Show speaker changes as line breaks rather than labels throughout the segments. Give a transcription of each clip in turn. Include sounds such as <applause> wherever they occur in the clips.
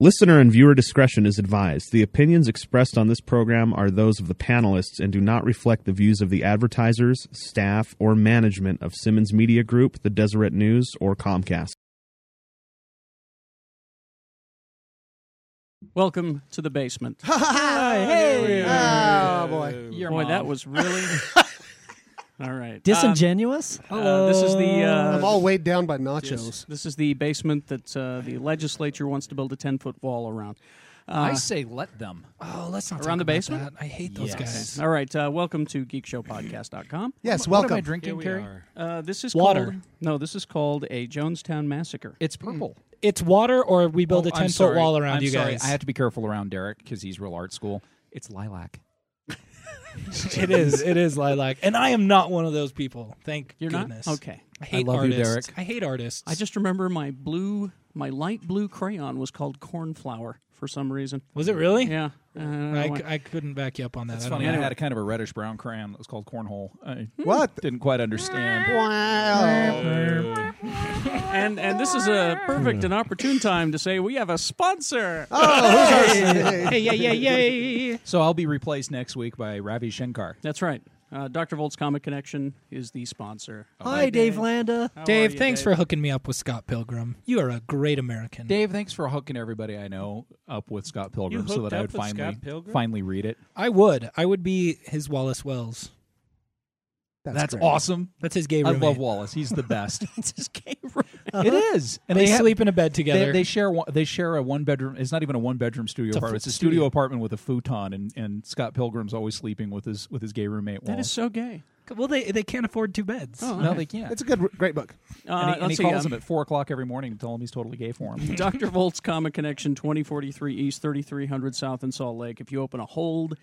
Listener and viewer discretion is advised. The opinions expressed on this program are those of the panelists and do not reflect the views of the advertisers, staff, or management of Simmons Media Group, the Deseret News, or Comcast.
Welcome to
<laughs>
the basement.
Oh boy.
Boy, that
<laughs>
was really. <laughs> All right.
Disingenuous?
Um, uh, this is the. Uh,
I'm all weighed down by
this,
nachos.
this is the basement that uh, the legislature wants to build a ten foot wall around. Uh,
I say let them.
oh, let's not
around
talk
the
about
basement?
that. I hate those guys.
All right. Uh, welcome to GeekShowPodcast.com.
Yes,
What am I
welcome.
drinking, Terry?
Uh, this is
Water.
Called, no, this is called a Jonestown massacre. Mm.
It's purple.
It's water, or we build
Oh,
a
I'm
ten foot
sorry.
wall around
I'm
you
sorry.
guys.
I have to be careful around Derek because he's real art school. It's lilac. <laughs>
it is. It is lilac, and I am not one of those people. Thank
You're
goodness.
not okay.
I hate
love you,
artists.
Derek.
I hate artists.
I just remember my blue, my light blue crayon was called cornflower for some reason.
was it really?
Yeah. Uh, I don't know
I,
why.
c- I couldn't back you up on that.
It's
I don't
funny.
know.
I had a kind of a reddish brown crayon that was called cornhole. I
Hmm.
What?
didn't quite understand.
Wow.
<laughs> And and this is a perfect and opportune time to say we have a sponsor.
Oh, who's our
Hey, yay, yay, yay.
So I'll be replaced next week by Ravi Shankar.
That's right. Uh, Dr. Volt's Comic Connection is the sponsor.
Hi, Dave Landa.
are
Dave,
you,
thanks
Dave?
for hooking me up with Scott Pilgrim. You are a great American.
Dave, thanks for hooking everybody I know up with Scott Pilgrim
You
so
hooked
that I
up
would
with Scott
finally
Pilgrim?
finally read it.
I would. I would be his Wallace Wells.
That's,
That's
great.
awesome.
That's his gay
I
roommate.
love Wallace. He's
<laughs>
the best.
It's just came right.
It is, and
Uh-huh. They,
have-
sleep in a bed together.
They, they share one, they share a one bedroom. It's not even a one bedroom studio
a
apartment.
fu-
It's a studio,
studio.
apartment with a futon, and, and Scott Pilgrim's always sleeping with his with his gay roommate.
That is so gay.
well, they they can't afford two beds.
Oh,
no,
okay.
they can't.
It's a good, great book.
Uh,
and he, and
let's
he
see,
calls
um,
him at four o'clock every morning to tell him he's totally gay for
<laughs>
him.
Dr. Volt's Comic Connection, 2043 East, 3300 South in Salt Lake. If you open a hold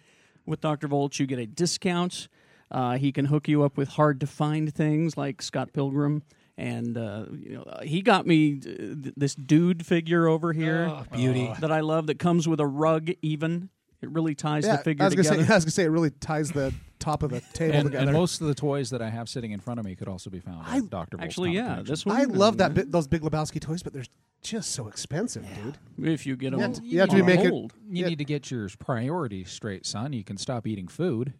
with Dr. Volt, you get a discount. Uh, he can hook you up with hard to find things like Scott Pilgrim. And uh, you know, uh, he got me uh, th- this dude figure over here
Oh, beauty.
that I love that comes with a rug, even. It really ties
Yeah,
the figure
I was gonna
together.
say, I was gonna say, it really ties the top of the table
and,
together.
and most of the toys that I have sitting in front of me could also be found. at Dr. Volt's
Actually,
Comic
yeah,
Connection.
this one.
I love that
Mm-hmm.
uh,
bit, those Big Lebowski toys, but they're just so expensive, dude.
If you get them,
You have
on-
to- you have to
on
make it- <laughs>
hold.
you
Yeah.
need to get your priorities straight, son. You can stop eating food.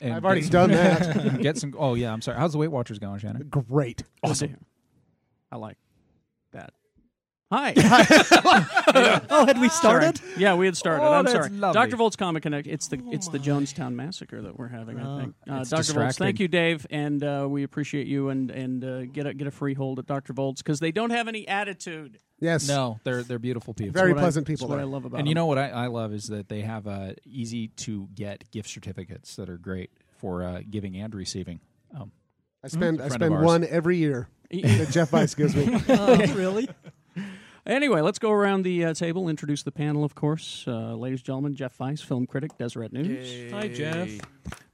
And
I've already
get
done that.
some- <laughs> Get some. Oh yeah, I'm sorry. How's the Weight Watchers going, Shannon?
Great.
Awesome. I like that.
<laughs>
Hi.
<laughs>
Oh, had we started?
Sorry. Yeah, we had started.
Oh,
I'm
that's
<laughs>
sorry.
lovely.
Dr. Volt's Comic Connect. It's the it's the Jonestown massacre that we're having. I think. Uh,
Oh, it's
Dr. Volt's.
distracting.
Thank you, Dave, and uh, we appreciate you. And and uh, get a get a free hold at Dr. Volt's because they don't have any attitude.
Yes.
No, they're they're beautiful people.
Very
What I-
pleasant
that's
people.
What
there.
I love about
and you
them.
know what I, I love is that they have uh, easy to get gift certificates that are great for uh, giving and receiving.
Oh.
Um,
I spend, I
Friend of
spend
ours.
one every year
E-
that Jeff Weiss gives
<laughs>
me.
really?
Oh, Anyway, let's go around the uh, table. Introduce the panel, of course, uh, ladies and gentlemen. Jeff Weiss, film critic, Deseret News,
Hi, Jeff.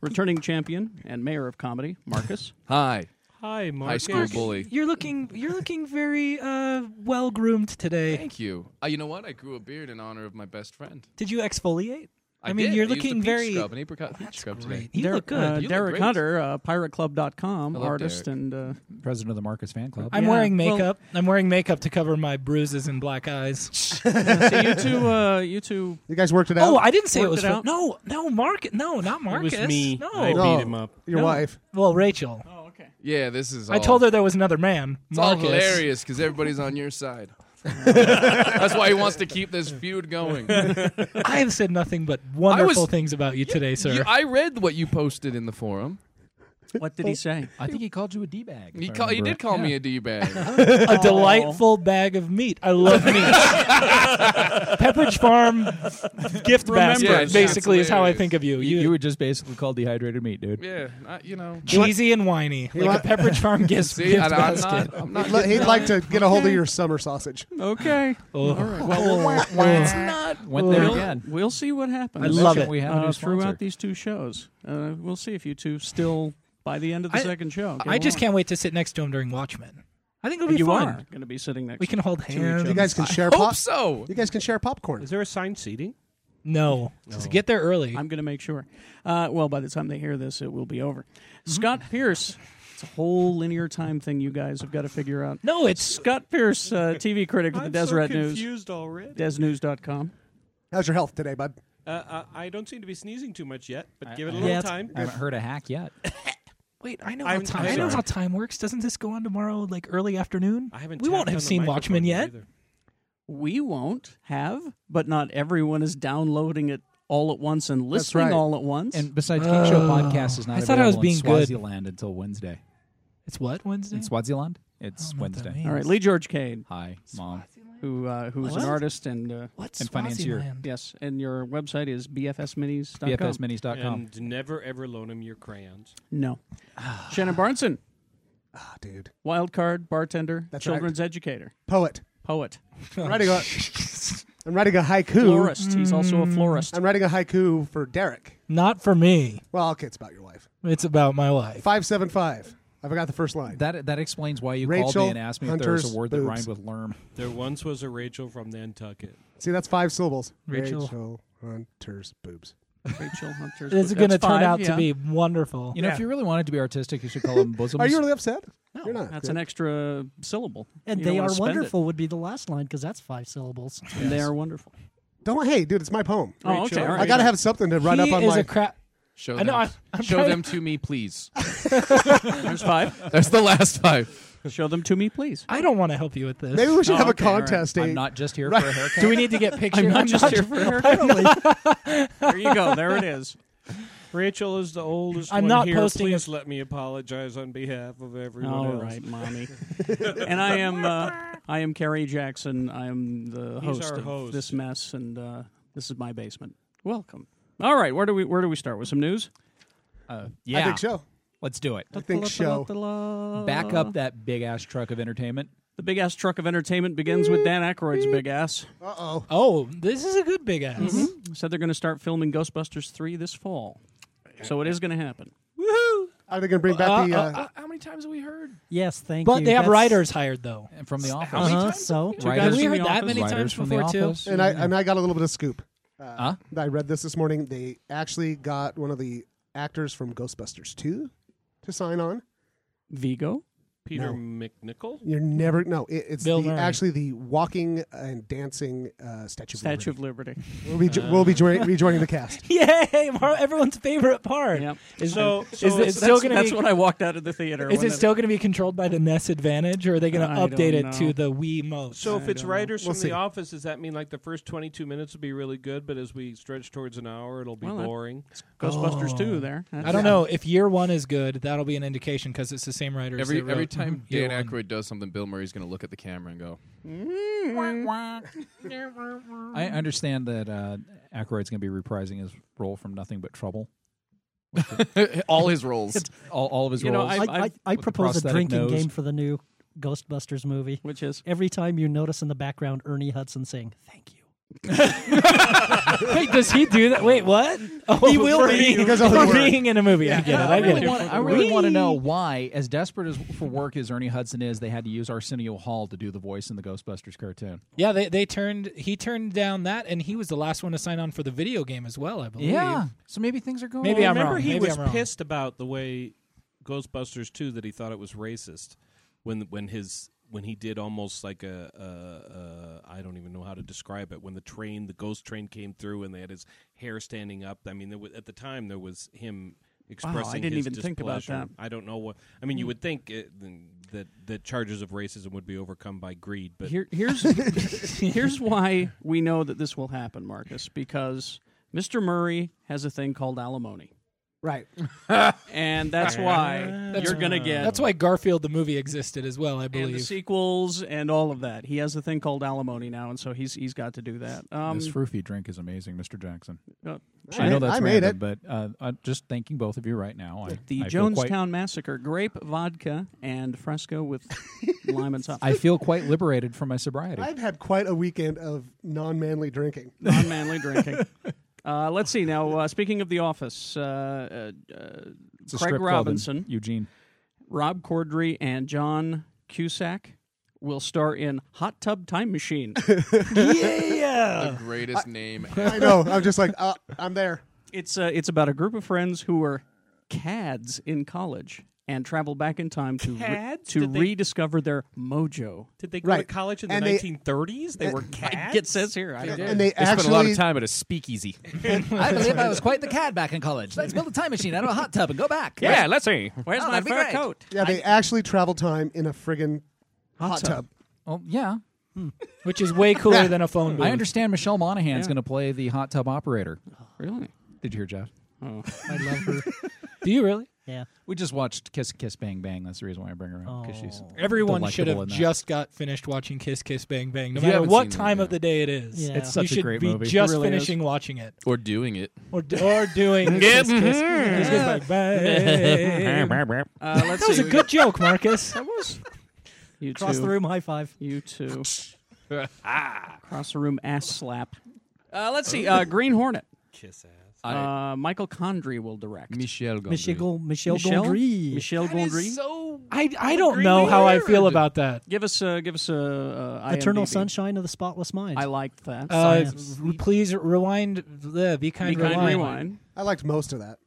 returning champion and mayor of comedy, Marcus.
Hi,
Hi, Mark.
high school bully.
You're looking you're looking very uh, well groomed today.
Thank you. Uh, you know what? I grew a beard in honor of my best friend.
Did you exfoliate?
I,
mean,
did.
you're
I used a
looking
peach
very- Oh,
Scrub, an apricot peach scrub
Great.
today.
You look good.
Uh,
You look
Derek
great.
Hunter, uh, pirateclub.com,
I love
artist
Derek.
and uh,
president of the Marcus Fan Club.
I'm
Oh, yeah,
wearing
well-
makeup. I'm wearing makeup to cover my bruises and black eyes.
<laughs> so you two, uh, you two
You guys worked it out?
Oh, I didn't say it
Worked
was
it
for-
out?
No, no, Mark. No, not Marcus.
It was me.
No.
I
No.
beat him up.
Your
No.
wife.
Well, Rachel.
Oh, okay.
Yeah, this is. All,
I told her there was another man.
It's all
Marcus.
hilarious because everybody's on your
<laughs>
side. That's why he wants to keep this feud
<laughs>
going.
I have said nothing but wonderful
was-
things about you today, sir.
You- I read what you posted in the forum.
What
Oh,
Oh.
did he say?
I think he called you a d bag.
He, call, he did call me a d bag.
<laughs>
<laughs>
a delightful bag of meat. I love meat.
Oh.
Pepperidge Farm gift basket,
Yeah, it's-
basically, is how I
hilarious.
think of you.
You,
You,
you were just basically called dehydrated meat, dude.
yeah, I, you know.
cheesy and whiny, like
want-
a Pepperidge
<laughs>
Farm gift,
See,
gift
and I'm
basket.
not. I'm not.
He'd
getting-
like to get a hold of your summer sausage.
Okay.
Oh.
it's not. Went there
We'll,
again.
we'll see what happens.
I love it.
We have a
Uh,
new sponsor.
throughout these two shows, uh, we'll see if you two still by the end of the
I-
second show.
I just can't wait to sit next to him during Watchmen. I think it'll be
You
fun.
are going to be sitting next.
We can hold
to each
hands.
other.
You guys can share
Hope
pop.
so.
You guys can share popcorn.
Is there assigned seating?
No, Just get there early. Mm-hmm.
I'm going to make sure. Uh, well, by the time they hear this, it will be over. Scott Pierce, It's a whole linear time thing you guys have got to figure out.
No, it's
Scott Pierce, uh, TV critic for the
I'm
Deseret
so
News,
confused already.
desnews.com.
How's your health today, bud?
uh, uh, I don't seem to be sneezing too much yet, but
I-
give it a
I-
little
Yeah, it's-
time.
I haven't heard a hack yet.
Wait, I know
I'm-
how time.
I'm
I know
sorry.
how time works. Doesn't this go on tomorrow, like early afternoon?
I haven't.
We won't
tapped
have
on the
seen
microphone
Watchmen yet.
either.
We won't have, but not everyone is downloading it all at once and listening
right. Ah.
all at once.
And besides, Geek Show podcast is not.
Oh. I thought I was
available
being
in
good.
Swaziland until Wednesday.
It's what Wednesday?
In Swaziland,
I
it's
don't know what that
Wednesday.
means.
all right, Lee George Cade,
Hi, mom.
who uh, who's
What?
an artist and uh,
What's
And financier.
Swaziland?
yes, and your website is bfsminis.com.
BFSminis.com.
And never ever loan them your crayons.
No, Shannon Barneson,
Ah, dude.
wild card bartender,
That's
children's educator,
Poet.
<laughs>
poet,
Oh,
I'm writing a, I'm writing a haiku.
Oh, florist. He's also a florist.
I'm writing a haiku for Derek.
Not for me.
Well, okay, it's about your wife.
It's about my wife.
575. I forgot the first line.
That that explains why you called
Rachel
me and asked me if there was
Hunter's
a word that
boobs.
rhymed with lerm.
There once was a Rachel from Nantucket.
See, that's five syllables.
Rachel.
Hunter's boobs.
Rachel Hunter.
This is going to
That's
turn
five,
out
yeah.
to be wonderful.
You know, if you really wanted to be artistic, you should call them bosoms.
Are you really upset? No, you're not.
That's
Good.
an extra syllable.
And
You don't
they
wanna
are
spend it.
wonderful would be the last line because that's five syllables.
And they are wonderful.
Don't. Hey, dude, it's my poem.
Oh, okay. All right.
I gotta have something to run
he
up on
is
my.
a crap.
Show
I
them.
know. I, I'm
Show
trying
them to me,
<laughs>
please.
There's five.
That's the last five.
Show them to me, please.
To, I don't want to help you with this.
Maybe we should
Oh,
have a
okay, all right.
contest. eh?
I'm not just here for a haircut.
Do we need to get pictures?
I'm not just
not-
<laughs> here for her. there you go. There it is.
Rachel is the oldest.
I'm
one
not
here.
posting
Please
a-
let me apologize on behalf of everyone
All
else. <laughs>
right, mommy. and <laughs> I am uh, I am Carrie Jackson. I am the
He's
host
our
of
host.
this mess, and uh, this is my basement. Welcome. All right, where do we where do we start with some news?
Uh,
I
yeah,
think show.
let's do it.
I think show.
Back up that big ass truck of entertainment.
The big ass truck of entertainment begins with Dan Aykroyd's big ass. Mm-hmm.
Uh oh.
Oh, this is a good big ass.
Said they're going to start filming Ghostbusters three this fall, so it is going to happen.
Are they gonna bring back the? Uh,
how many times have we heard?
yes, thank
But
you.
they have
That's-
writers hired though.
And from the office.
Uh-huh, so
Writers,
we
from
heard
The
that
Office.
many
writers
times
from
before
the
too.
office.
and I and I got a little bit of scoop. Uh,
Huh?
I read this this morning. They actually got one of the actors from Ghostbusters two to sign on.
Vigo.
No.
Peter McNichol. <laughs>
You're never no. It, it's
Bill
the,
Murray.
actually the walking and dancing uh, Statue. of
Statue of
Liberty.
Liberty.
We'll be jo- we'll be join- rejoining the cast.
Uh.
<laughs>
<laughs> Yay! Mar- everyone's favorite part.
Yep.
Is,
So-
is
so
it
it's-
still
that's,
going
that's
to be?
when I walked out of the theater.
Is
when
it still going to be controlled by the NES Advantage, or are they going
I
to
don't
update it
know.
to the Wii mode?
So if
I
it's
don't know.
writers
We'll
from
see.
the office, does that mean like the first 22 minutes will be really good, but as we stretch towards an hour, it'll be
Well, that-
boring?
Ghostbusters
Oh.
two? There.
I don't know if year one is good. That'll be an indication because it's the same writers.
Every
that wrote
every
<laughs>
time
year
Dan
one.
Aykroyd does something, Bill Murray's going to look at the camera and go,
I understand that uh, Aykroyd's going to be reprising his role from Nothing
<laughs>
But Trouble.
all his roles.
All, all of his
You know,
roles.
I, I, I,
I've-
with the
propose a
prosthetic
drinking
nose.
game for the new Ghostbusters movie.
Which is
Every time you notice in the background Ernie Hudson saying "Thank you,"
Wait, does he do that? Wait, what? Oh, he will
be, because of the
for
work.
being in a movie. I get it. I
I
get
really,
it.
want, I really want to know why, as desperate as for work as Ernie Hudson is, they had to use Arsenio Hall to do the voice in the Ghostbusters cartoon.
Yeah, they, they turned. He turned down that, and he was the last one to sign on for the video game as well. I believe.
so maybe things are going.
Maybe I'm
remember
wrong.
he
Maybe
was
I'm wrong.
pissed about the way Ghostbusters 2 that he thought it was racist when when his when he did almost like a, a, a I don't even know how to describe it when the train the ghost train came through and they had his hair standing up. I mean, there was, at the time there was him expressing.
didn't
his
even think about
displeasure.
that.
I don't know what. I mean, you would think it, that that charges of racism would be overcome by greed, but
Here, here's here's why we know that this will happen, Marcus, because Mr. Murray has a thing called alimony,
<laughs>
Right.
and that's why you're gonna get
That's why Garfield the movie existed as well. I
and the
believe.
sequels and all of that. He has a thing called alimony now, and so he's he's got to do that. Um,
this Froofy drink is amazing, Mr. Jackson.
uh,
I know
made-
that's
I made
random, but uh, I'm just thanking both of you right now. I,
the
I feel
Jonestown
quite-
Massacre: grape vodka and
<laughs>
fresco with lime and top.
I feel quite liberated from my sobriety.
I've had quite a weekend of non-manly drinking.
non-manly
<laughs>
drinking. Uh, let's see now. Uh, speaking of the office, uh, uh, uh,
It's a
Craig
strip club in
Robinson.
Eugene.
Rob Corddry and John Cusack will star in Hot Tub
<laughs>
Time Machine.
the greatest name ever.
I know. I'm just like uh, I'm there.
it's uh, it's about a group of friends who were cads in college and travel back in time to re-
Cads?
to
Did they-
rediscover their mojo.
Did they go
Right.
to college in
And
the
they-
1930s? They were cats.
It says here. I don't know.
and
<laughs>
they,
They spent a lot
actually
of time at
<laughs>
a <laughs> speakeasy.
I believe I was quite the cad back in college. Let's build a time machine out of a hot tub and go back.
let's see.
Where's
Oh,
my
that'd be
fur
great.
coat?
yeah they actually travel time in a friggin' hot,
tub.
tub.
Well, yeah.
Oh, which is way cooler
<laughs>
than a phone booth.
I understand Michelle Monaghan's
Yeah. Oh,
going to play the hot tub operator.
Really?
Did you hear, Jeff?
Oh.
I love her.
Do you really?
Yeah.
We just watched Kiss Kiss Bang Bang. That's the reason why I bring her up because she's
Oh.
Everyone should
delectable
have
in that.
just got finished watching Kiss Kiss Bang Bang, no
If you
matter
haven't
what
seen it,
time of
yeah.
the day it is.
Yeah. It's
you
such a
should
great
be
movie.
just
It really
finishing watching it
Or doing it.
or, or
<laughs>
doing Kiss Kiss, Kiss, Kiss Bang
<laughs>
Bang. <laughs>
Uh, let's
That was
see.
a good joke,
<laughs>
Marcus.
That was. You
Cross
two.
the room, high five.
You <laughs> two. Cross the room, ass slap. Uh, let's see. Uh, Green Hornet.
Kiss ass.
Uh, Michael Condrey will direct.
Michelle Gondry.
Michelle, Michelle
Michelle?
Gondry.
Michelle
That is
Gondry.
so
I, I don't know how I feel
weird.
about that.
give us a give us a uh,
Eternal
IMDb.
Sunshine of the Spotless Mind.
I liked that.
Uh,
Science.
r- please rewind. The be kind,
Be kind,
rewind.
rewind.
I liked most of that.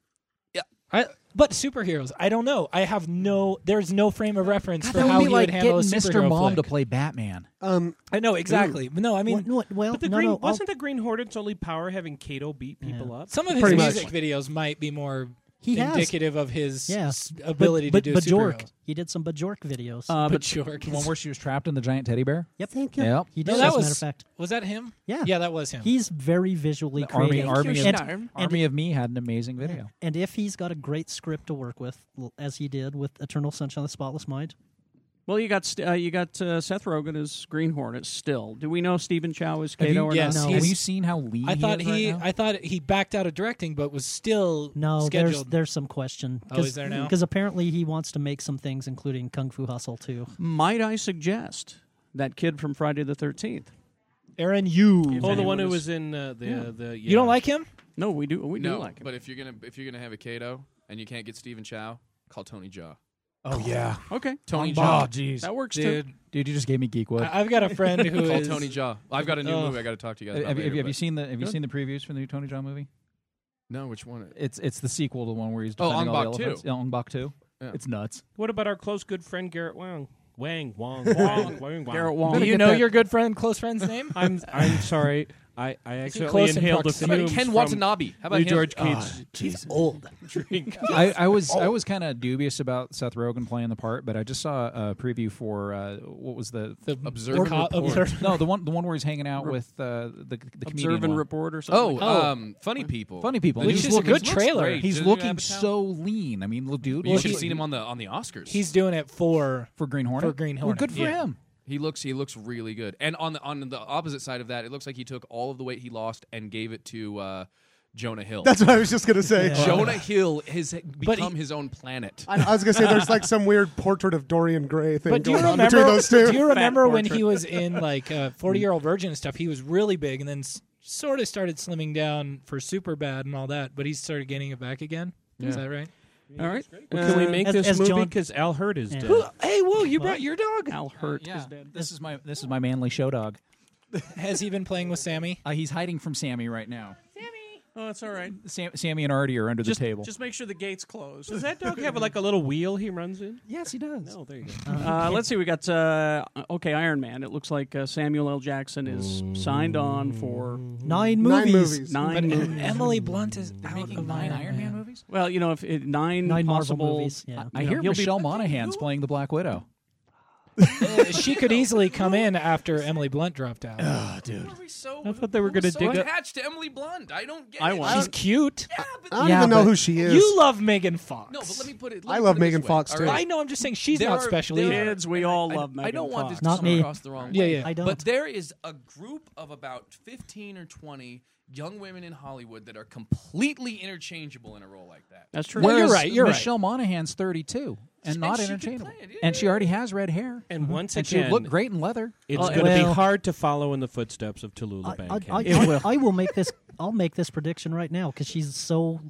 I, but superheroes, I don't know. I have no. There's no frame of reference
God,
for
that
how
would
he
be like
would handle
getting
a
Mr.
superhero
Mom to
flick.
play Batman.
Uh,
Um,
I know exactly. But No, I mean
Well, well,
But the
no,
green
no, I'll-
wasn't the Green Hornet's only power having Kato beat people up?
some of his
Pretty
music
much.
videos might be more
He has.
indicative of his
Yeah.
s- ability
but,
to do
but Bajork.
superheroes.
He did some Bajork videos.
Uh,
But
but
Bajork.
One where she was trapped in the giant teddy bear.
yep. Thank
you. Yep.
He
No,
does,
that
as a
was-
matter of fact.
was that him?
Yeah.
Yeah, that was him.
He's very visually
Army,
creative.
Army, of,
and,
Army of Me had an amazing video.
and if he's got a great script to work with, l- as he did with Eternal Sunshine of the Spotless Mind,
well, you got st- uh, you got uh, Seth Rogen as Green Hornet. Still, do we know Stephen Chow is
Have
Kato
you,
or
yes,
not?
No.
have
he's-
you seen how lean
I thought
he? Is
he.
right now?
I thought he backed out of directing, but was still
no, there's
scheduled.
there's some question.
Oh, is there now?
Because apparently he wants to make some things, including Kung Fu Hustle too.
Might I suggest that kid from Friday the Thirteenth?
Aaron, you.
Oh, the one who
Anyone
was in uh, the uh, the.
You don't like him?
No, we do we
no,
do like him.
but if you're gonna if you're gonna have a Kato and you can't get Stephen Chow, call Tony Jaw.
oh yeah,
okay,
Tony
oh
Jaw.
jeez,
that works too.
Dude,
dude, you just gave me geekwood.
I- I've got
<laughs>
a friend who
Call
is.
Tony Jaw. I've got a new
Oh.
Ugh.
movie I got to talk to you guys
Have,
about.
have,
later,
have you
but-
seen the Have you
Good.
seen the previews from the new Tony John movie?
No, which one?
It's it's the sequel to the one where he's
Oh,
defending all the
Ong Bak
elephants. Yeah, Ong Bak Two.
Yeah.
It's nuts.
What about our close good friend Garrett Wang? Wang,
<laughs>
Wong, Wang, Wang, Wang.
Garrett
Do
Wong.
you know your good friend, close friend's name?
<laughs> I'm I'm sorry. I I accidentally
close
inhaled
in
the
How about
proximity?
fumes
Ken
from
Watanabe? How about
Lee
him?
George Cage.
He's old.
<laughs> drink.
Ah, I,
<laughs>
I was I was kind of dubious about Seth Rogen playing the part, but I just saw a preview for uh, what was the
The
Observe
co-
and report.
observe-
no the one the one where he's hanging out with uh, the the comedian
Observe and
one.
report or something.
Oh, um, funny people.
funny people.
The
Which
new
is a
sequence
good
looks
trailer.
great.
He's
Doesn't it
looking
have a talent?
so lean. I mean, little dude,
You
look-
should
he-
have seen him on the on the Oscars.
He's doing it for.
for Green Hornet.
for Green
Well,
Hornet,
good for
yeah.
him.
he looks he looks really good. And on the on the opposite side of that, it looks like he took all of the weight he lost and gave it to uh, Jonah Hill.
That's what I was just gonna say.
Jonah Hill has become
he-
his own planet.
I, I was gonna say there's
<laughs>
like some weird portrait of Dorian Gray thing
But do you
going on between
remember?
those two.
<laughs> Do you remember when he <laughs> was in
<laughs>
like uh, Forty Year Old Virgin and stuff? He was really big, and then s- sort of started slimming down for Super Bad and all that. But he started gaining it back again. Is that right?
all right.
Can we
Uh,
make
as-
this
as
movie?
John-
Because Al Hurt is
Yeah.
dead.
Who-
Hey, whoa! You brought your dog.
Al Hurt
Yeah,
is dead.
this is my this is my manly show dog.
Has he been playing with Sammy?
Uh, he's hiding from Sammy right now.
Oh, that's all right.
Sam, Sammy and Artie are under
Just,
the table.
just make sure the gate's closed.
Does that dog have like a little wheel he runs in?
yes, he does.
No, there you go.
Uh, let's see. We got uh, okay, Iron Man. It looks like uh, Samuel L. Jackson is signed on for
Nine
Nine movies.
movies.
nine. movies.
Emily Blunt is out
Making
of
nine
my
Iron Man movies.
well, you know, if it, nine,
Nine Marvel
possible,
movies, yeah.
I
you know,
hear
he'll be-
Michelle Monaghan's playing the Black Widow.
<laughs> she could easily come in after Emily Blunt dropped out.
Who are we so,
I thought they were
who are we
gonna
so
dig up-
attached to Emily Blunt. I don't get
I
it.
want-
She's cute.
I don't
Yeah,
even know
but
who she is.
You love Megan Fox.
No, but let me put it.
I
let
love
me put it this
Megan
way,
Fox,
all
too.
I know. I'm just saying she's
There
not
are-
special
there
either.
Kids, we all
I-
love
I,
Megan
don't want this to
Not
come
me.
across the wrong
Yeah,
way.
yeah.
I don't.
But there is a group of about 15 or 20 young women in Hollywood that are completely interchangeable in a role like that.
That's true.
Well, you're
Whereas
right, you're right.
Michelle Monaghan's 32 and
And
not
she could
entertainable,
play it, yeah.
and she already has red hair,
And once
and
again,
she looked great in leather.
It's
Uh,
going to
well-
be hard to follow in the footsteps of Tallulah
I,
Bank.
I, I,
<laughs>
I, I will make this. I'll make this prediction right now because she's so.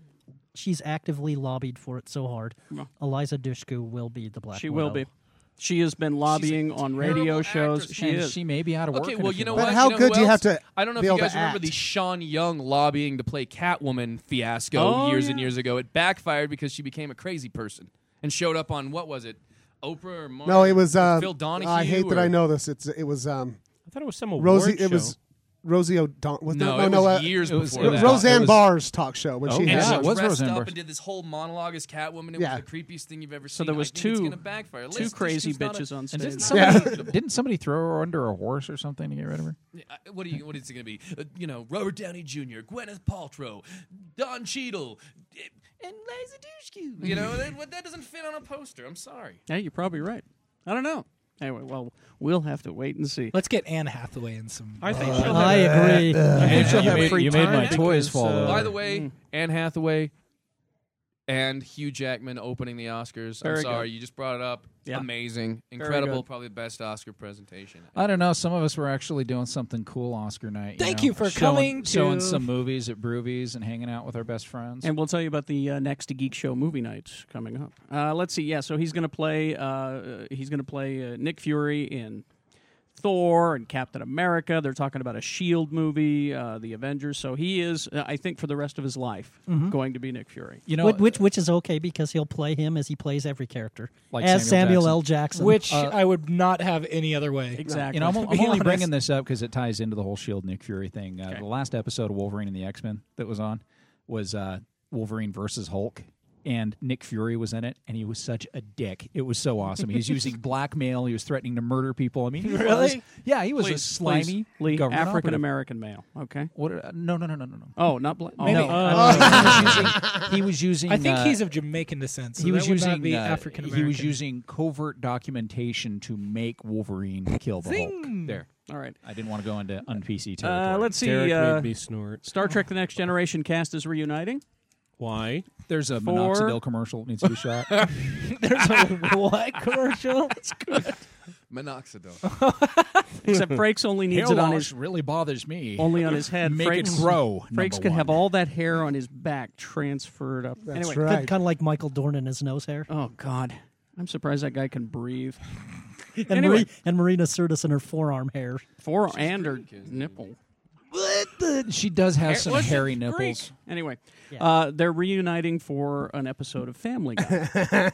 She's actively lobbied for it so hard.
on.
Eliza Dushku will be the black.
she will
Widow.
be. She has been lobbying on
terrible
radio shows.
actress,
She
and
is.
she may be out of work.
Okay,
in a
well,
few
you know
months.
what?
But how
know
good
who
do you have
else?
to
I don't know
be
if you
able to
guys remember
act?
the Sean Young lobbying to play Catwoman fiasco
Oh,
years
yeah.
and years ago. It backfired because she became a crazy person and showed up on what was it? Oprah or Mar-
No, it was uh,
Phil Donahue.
I hate that
or-
I know this. It's it was um,
I thought it was some award
Rosie.
show.
It was Rosie O'Donnell.
No,
no,
it
no,
was
uh,
years
it was-
before
Ro-
that. It
Roseanne
was-
Barr's talk show when
Oh,
she
yeah.
And
had
she
it was
dressed
Roseanne
up
Burst.
and did this whole monologue as Catwoman. It
Yeah.
was the creepiest thing you've ever seen.
So there
I
was
think it's
two-
gonna backfire.
Two crazy bitches on
And
stage.
didn't somebody, <laughs> didn't somebody throw her under a horse or something to get rid of her?
on. What are you? What is it going to be? Uh, you know, Robert Downey Jr., Gwyneth Paltrow, Don Cheadle, eh, and Liza Dushku. You know, that, what- that doesn't fit on a poster. I'm sorry.
Yeah, you're probably right. I don't know. Anyway, well, we'll have to wait and see.
Let's get Anne Hathaway in some.
I
Uh,
think she'll
I agree.
think she'll
Uh, you
have
made-
free
you made
time
my toys
because,
fall
uh,
over.
By
By
the way,
Mm.
Anne Hathaway and Hugh Jackman opening the Oscars.
Very
I'm
good.
sorry, you just brought it up.
Yeah.
Amazing,
good.
incredible, probably the best Oscar presentation. <laughs>
I don't know. Some of us were actually doing something cool Oscar night.
Thank
know,
you for
showing,
coming to-
showing some movies at Broovies and hanging out with our best friends.
And we'll tell you about the uh, next Geek Show movie night coming up. Uh, let's see. Yeah, so he's going to play. Uh, uh, he's going to play uh, Nick Fury in Thor and Captain America. They're talking about a Shield E movie, uh, the Avengers. So he is, uh, I think, for the rest of his life, going to be Nick Fury.
Mm-hmm. you know, uh,
which, which which is okay because he'll play him as he plays every character,
Like
as
Samuel
Samuel,
Jackson.
L. Jackson. Uh,
which I would not have any other way.
Exactly.
You know, I'm,
<laughs>
I'm
be
only
honest.
bringing this up because it ties into the whole Shield Nick Fury thing. Uh,
Okay.
The last episode of Wolverine and the X Men that was on was uh, Wolverine versus Hulk, and Nick Fury was in it, and he was such a dick. It was so awesome. He was
<laughs>
using blackmail. He was threatening to murder people. I mean, he was-
Really?
yeah, he was a
Please,
slimy
please, Lee,
government
African
operative.
American male. Okay.
What? are- No, no, no, no, no, no.
Oh, not black. Oh,
No,
okay.
uh, he was using. He was using
I think
uh,
he's of Jamaican descent. So
he was
that would not
using
be
uh,
African
He
American.
was using covert documentation to make Wolverine kill the Hulk. There,
All right.
I didn't want to go into un PC territory.
Uh, let's see.
Derek
Uh,
made me snort.
Star Trek: The Next Generation cast is reuniting.
Why?
There's a
Four.
minoxidil commercial that needs to
<laughs>
be <laughs> shot.
There's a what commercial?
Minoxidil.
<laughs> Except Frakes only needs it on his
really bothers me.
<laughs>
only on his head.
Make it
Frakes,
grow, number
Frakes could have
one.
all that hair on his back transferred up.
That's
anyway,
right.
kind of like Michael Dornan as nose hair,
oh god, I'm surprised that guy can breathe.
<laughs> and,
anyway.
Marie, and Marina Sirtis and her forearm hair.
Fore and her nipple.
she does have some
what's it?
hairy nipples.
Anyway, uh, they're reuniting for an episode of Family
<laughs>
Guy.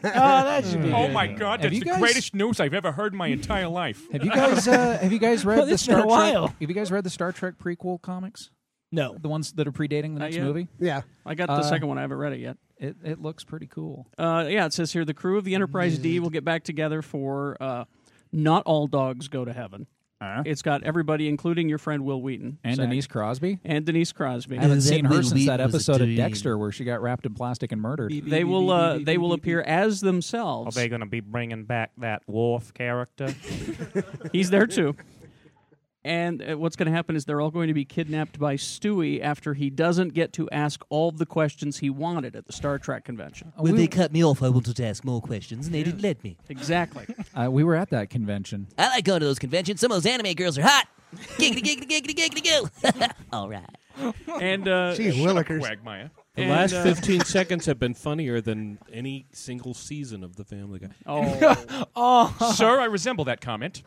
Oh my god,
Have
that's
you
the
guys-
greatest news I've ever heard in my entire life.
<laughs> Have you guys uh, have you guys read the
it's been
Star
a while.
Trek? Have you guys read the Star Trek prequel comics?
No,
The ones that are predating
Not
the next
yet.
movie?
yeah.
I got the
Uh,
second one. I haven't read it yet.
It it looks pretty cool.
Uh, yeah, it says here the crew of the Enterprise
Mm.
D will get back together for uh, not all dogs go to heaven.
Uh-huh.
It's got everybody, including your friend Will Wheaton
And
Zach,
Denise Crosby.
and Denise Crosby.
I haven't
that
seen her
little
since that
lead was a
episode of
dream.
Dexter where she got wrapped in plastic and murdered.
They will. Uh, they will appear as
Are
themselves.
they going to be bringing back that wolf character?
<laughs> He's there too. And uh, what's going to happen is they're all going to be kidnapped by Stewie after he doesn't get to ask all the questions he wanted at the Star Trek convention.
When
we-
they cut me off, I wanted to ask more questions, and they didn't let me.
Exactly.
<laughs>
Uh, we were at that convention.
<laughs> I like going to those conventions. Some of those anime girls are hot. Giggity, giggity, giggity, giggity, <laughs> goo. All right.
and uh,
Gee willikers.
Quagmire.
The
And,
last <laughs>
uh,
15 seconds have been funnier than any single season of The Family Guy. <laughs>
oh,
Sir, I resemble that comment.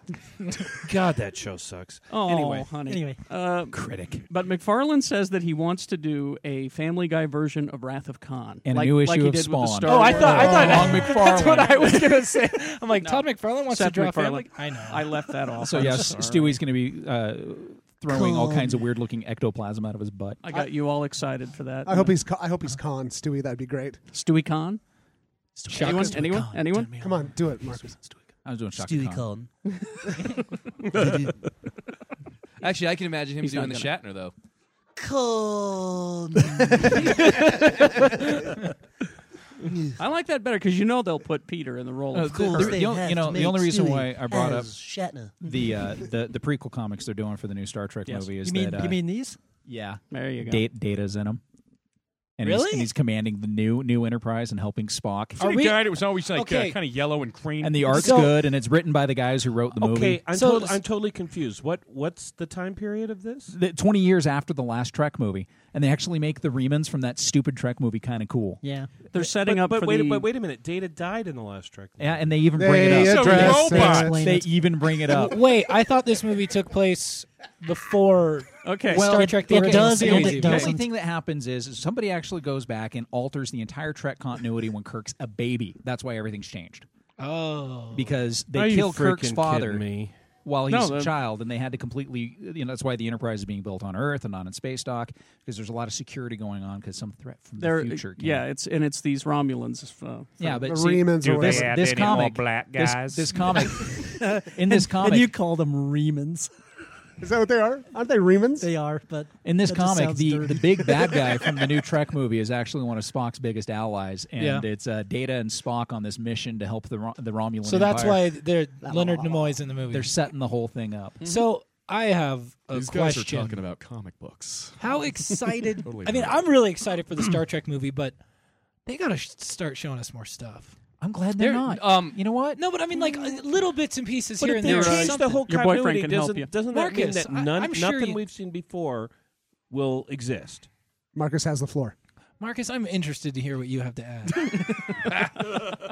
God, that show sucks.
oh,
Anyway.
honey.
Anyway,
Uh,
Critic.
but McFarlane says that he wants to do a Family Guy version of Wrath of Khan,
And a
like,
new
like
issue
he
of
did With the
Spawn.
Star
Oh, I
Wars.
thought I thought <laughs>
Long
that's what
McFarlane.
I was gonna say. I'm like
No.
Todd McFarlane wants to
Seth
draw
McFarlane.
family. I know.
I left that off.
So
I'm
yes,
sorry.
Stewie's going to be uh, throwing all kinds of weird-looking ectoplasm out of his butt.
I got you all excited for that.
I hope he's co- I hope he's con Stewie. That'd be great.
Stewie Khan.
Shocker.
Anyone? Anyone? Anyone?
Come on, do it, Marcus.
I was doing Shaka
Stewie
Khan.
Cullen.
Actually, I can imagine him
He's
doing the
not
Shatner though.
Cullen.
<laughs> I like that better because you know they'll put Peter in the role
Uh,
of
the-
course
the-
they
the only-
have
you know,
to
the only
make
reason
Stewie
why I brought up
as Shatner.
the uh, the the prequel comics they're doing for the new Star Trek
Yes.
movie is
you mean
that uh,
you mean these?
yeah,
There you go.
date Data's in them, and he's,
Really?
and he's commanding the new new Enterprise and helping Spock,
Are
we-
we... guy that was always like
Okay.
uh, kind of yellow and green.
and the art's
So-
good, and it's written by the guys who wrote the
Okay,
movie.
I'm,
So-
tot- I'm totally confused. What What's the time period of this?
The- Twenty years after the last Trek movie, and they actually make the Remans from that stupid Trek movie kind of cool.
Yeah.
They're setting
but,
up
but
for
wait,
the.
but wait a minute. Data died in the last Trek.
Yeah, and they even
They
bring it up.
So robots.
address it.
Explain
They
it.
even bring it up.
Wait, I thought this movie took place before
okay.
Star
it-
Trek: The
it
Original
does and
Series.
it
even.
The
doesn't.
only thing that happens is, is somebody actually goes back and alters the entire Trek continuity when Kirk's a baby. That's why everything's changed
Oh,
because they
Are you
kill Kirk's
freaking
father
kidding me?
while he's
No,
a
the-
child, and they had to completely. You know, that's why the Enterprise is being built on Earth and not in space dock because there's a lot of security going on because some threat from
they're-
the future. Can,
yeah, it's and it's these Romulans. Uh,
yeah,
The
but see,
Remans
Do
or
they
this,
whatever.
add
this
any more
comic,
black
this-
guys?
<laughs>
this
<laughs>
comic, in this comic,
And you call them Remans.
Is that what they are? Aren't they Remans?
They are, but
In this
that just
comic,
sounds
the,
dirty.
the big
<laughs>
<laughs>
bad guy from the new Trek movie is actually one of Spock's biggest allies, and
Yeah.
it's uh, Data and Spock on this mission to help the Ro- the Romulan.
so that's why
Empire.
they're Leonard Nimoy's in the movie.
they're setting the whole thing up.
So I have a
These guys
question.
are talking about comic books.
<laughs>
<laughs>
How excited?
Totally
I mean,
not.
I'm really excited for
<clears throat>
the Star Trek movie, but they gotta sh- start showing us more stuff.
I'm glad they're,
They're-
not.
um,
you know what?
No, but I mean, like uh, little bits and pieces
But
here
if
and
they
there.
You're
Change
right.
something.
the whole
Your
continuity.
boyfriend can help
doesn't
you.
doesn't
Marcus,
that mean
I-
that none,
I'm sure
nothing
you-
we've seen before will exist?
Marcus has the floor.
Marcus, I'm interested to hear what you have to add.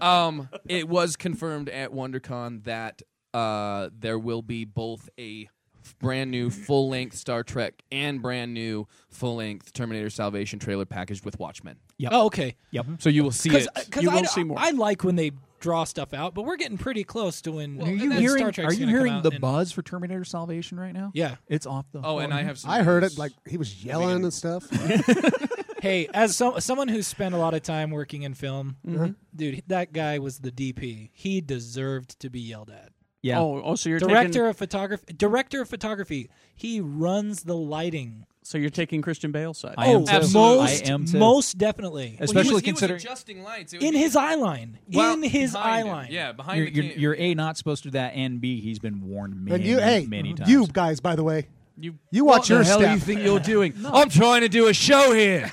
Um, it was confirmed at WonderCon that uh, there will be both a f- brand new full length Star Trek and brand new full length Terminator Salvation trailer package with Watchmen.
Oh, okay.
Yep.
So you will see
Because
it.
You
I,
will see more.
I like when they draw stuff out, but we're getting pretty close to when
Well,
Are
and
you
then
hearing?
Star Trek's
are you
gonna come
hearing
out
the
and-
buzz for Terminator Salvation right now?
Yeah.
It's off the.
oh, and I have some.
I heard it
news.
like he was yelling and stuff.
<laughs>
<laughs>
hey, as some, someone who's spent a lot of time working in film,
Mm-hmm.
Mm-hmm.
dude, that guy was the DP. He deserved to be yelled at.
Yeah.
Oh, oh, so you're
director
Taking,
of photography. Director of photography. He runs the lighting.
so you're taking Christian Bale's side.
I
oh,
am too.
most,
I am too.
most definitely.
Especially
he was,
considering-
he was adjusting lights it
in
was-
his eye line.
Well,
in his eye
behind him.
line.
Yeah, behind
You're,
the
you're,
cam-
you're a not supposed to do that, and b he's been warned many,
and you, hey,
many times.
you guys, by the way,
You-
you, watch your
the hell
step.
you think you're doing? <laughs> I'm trying to do a show <laughs> here.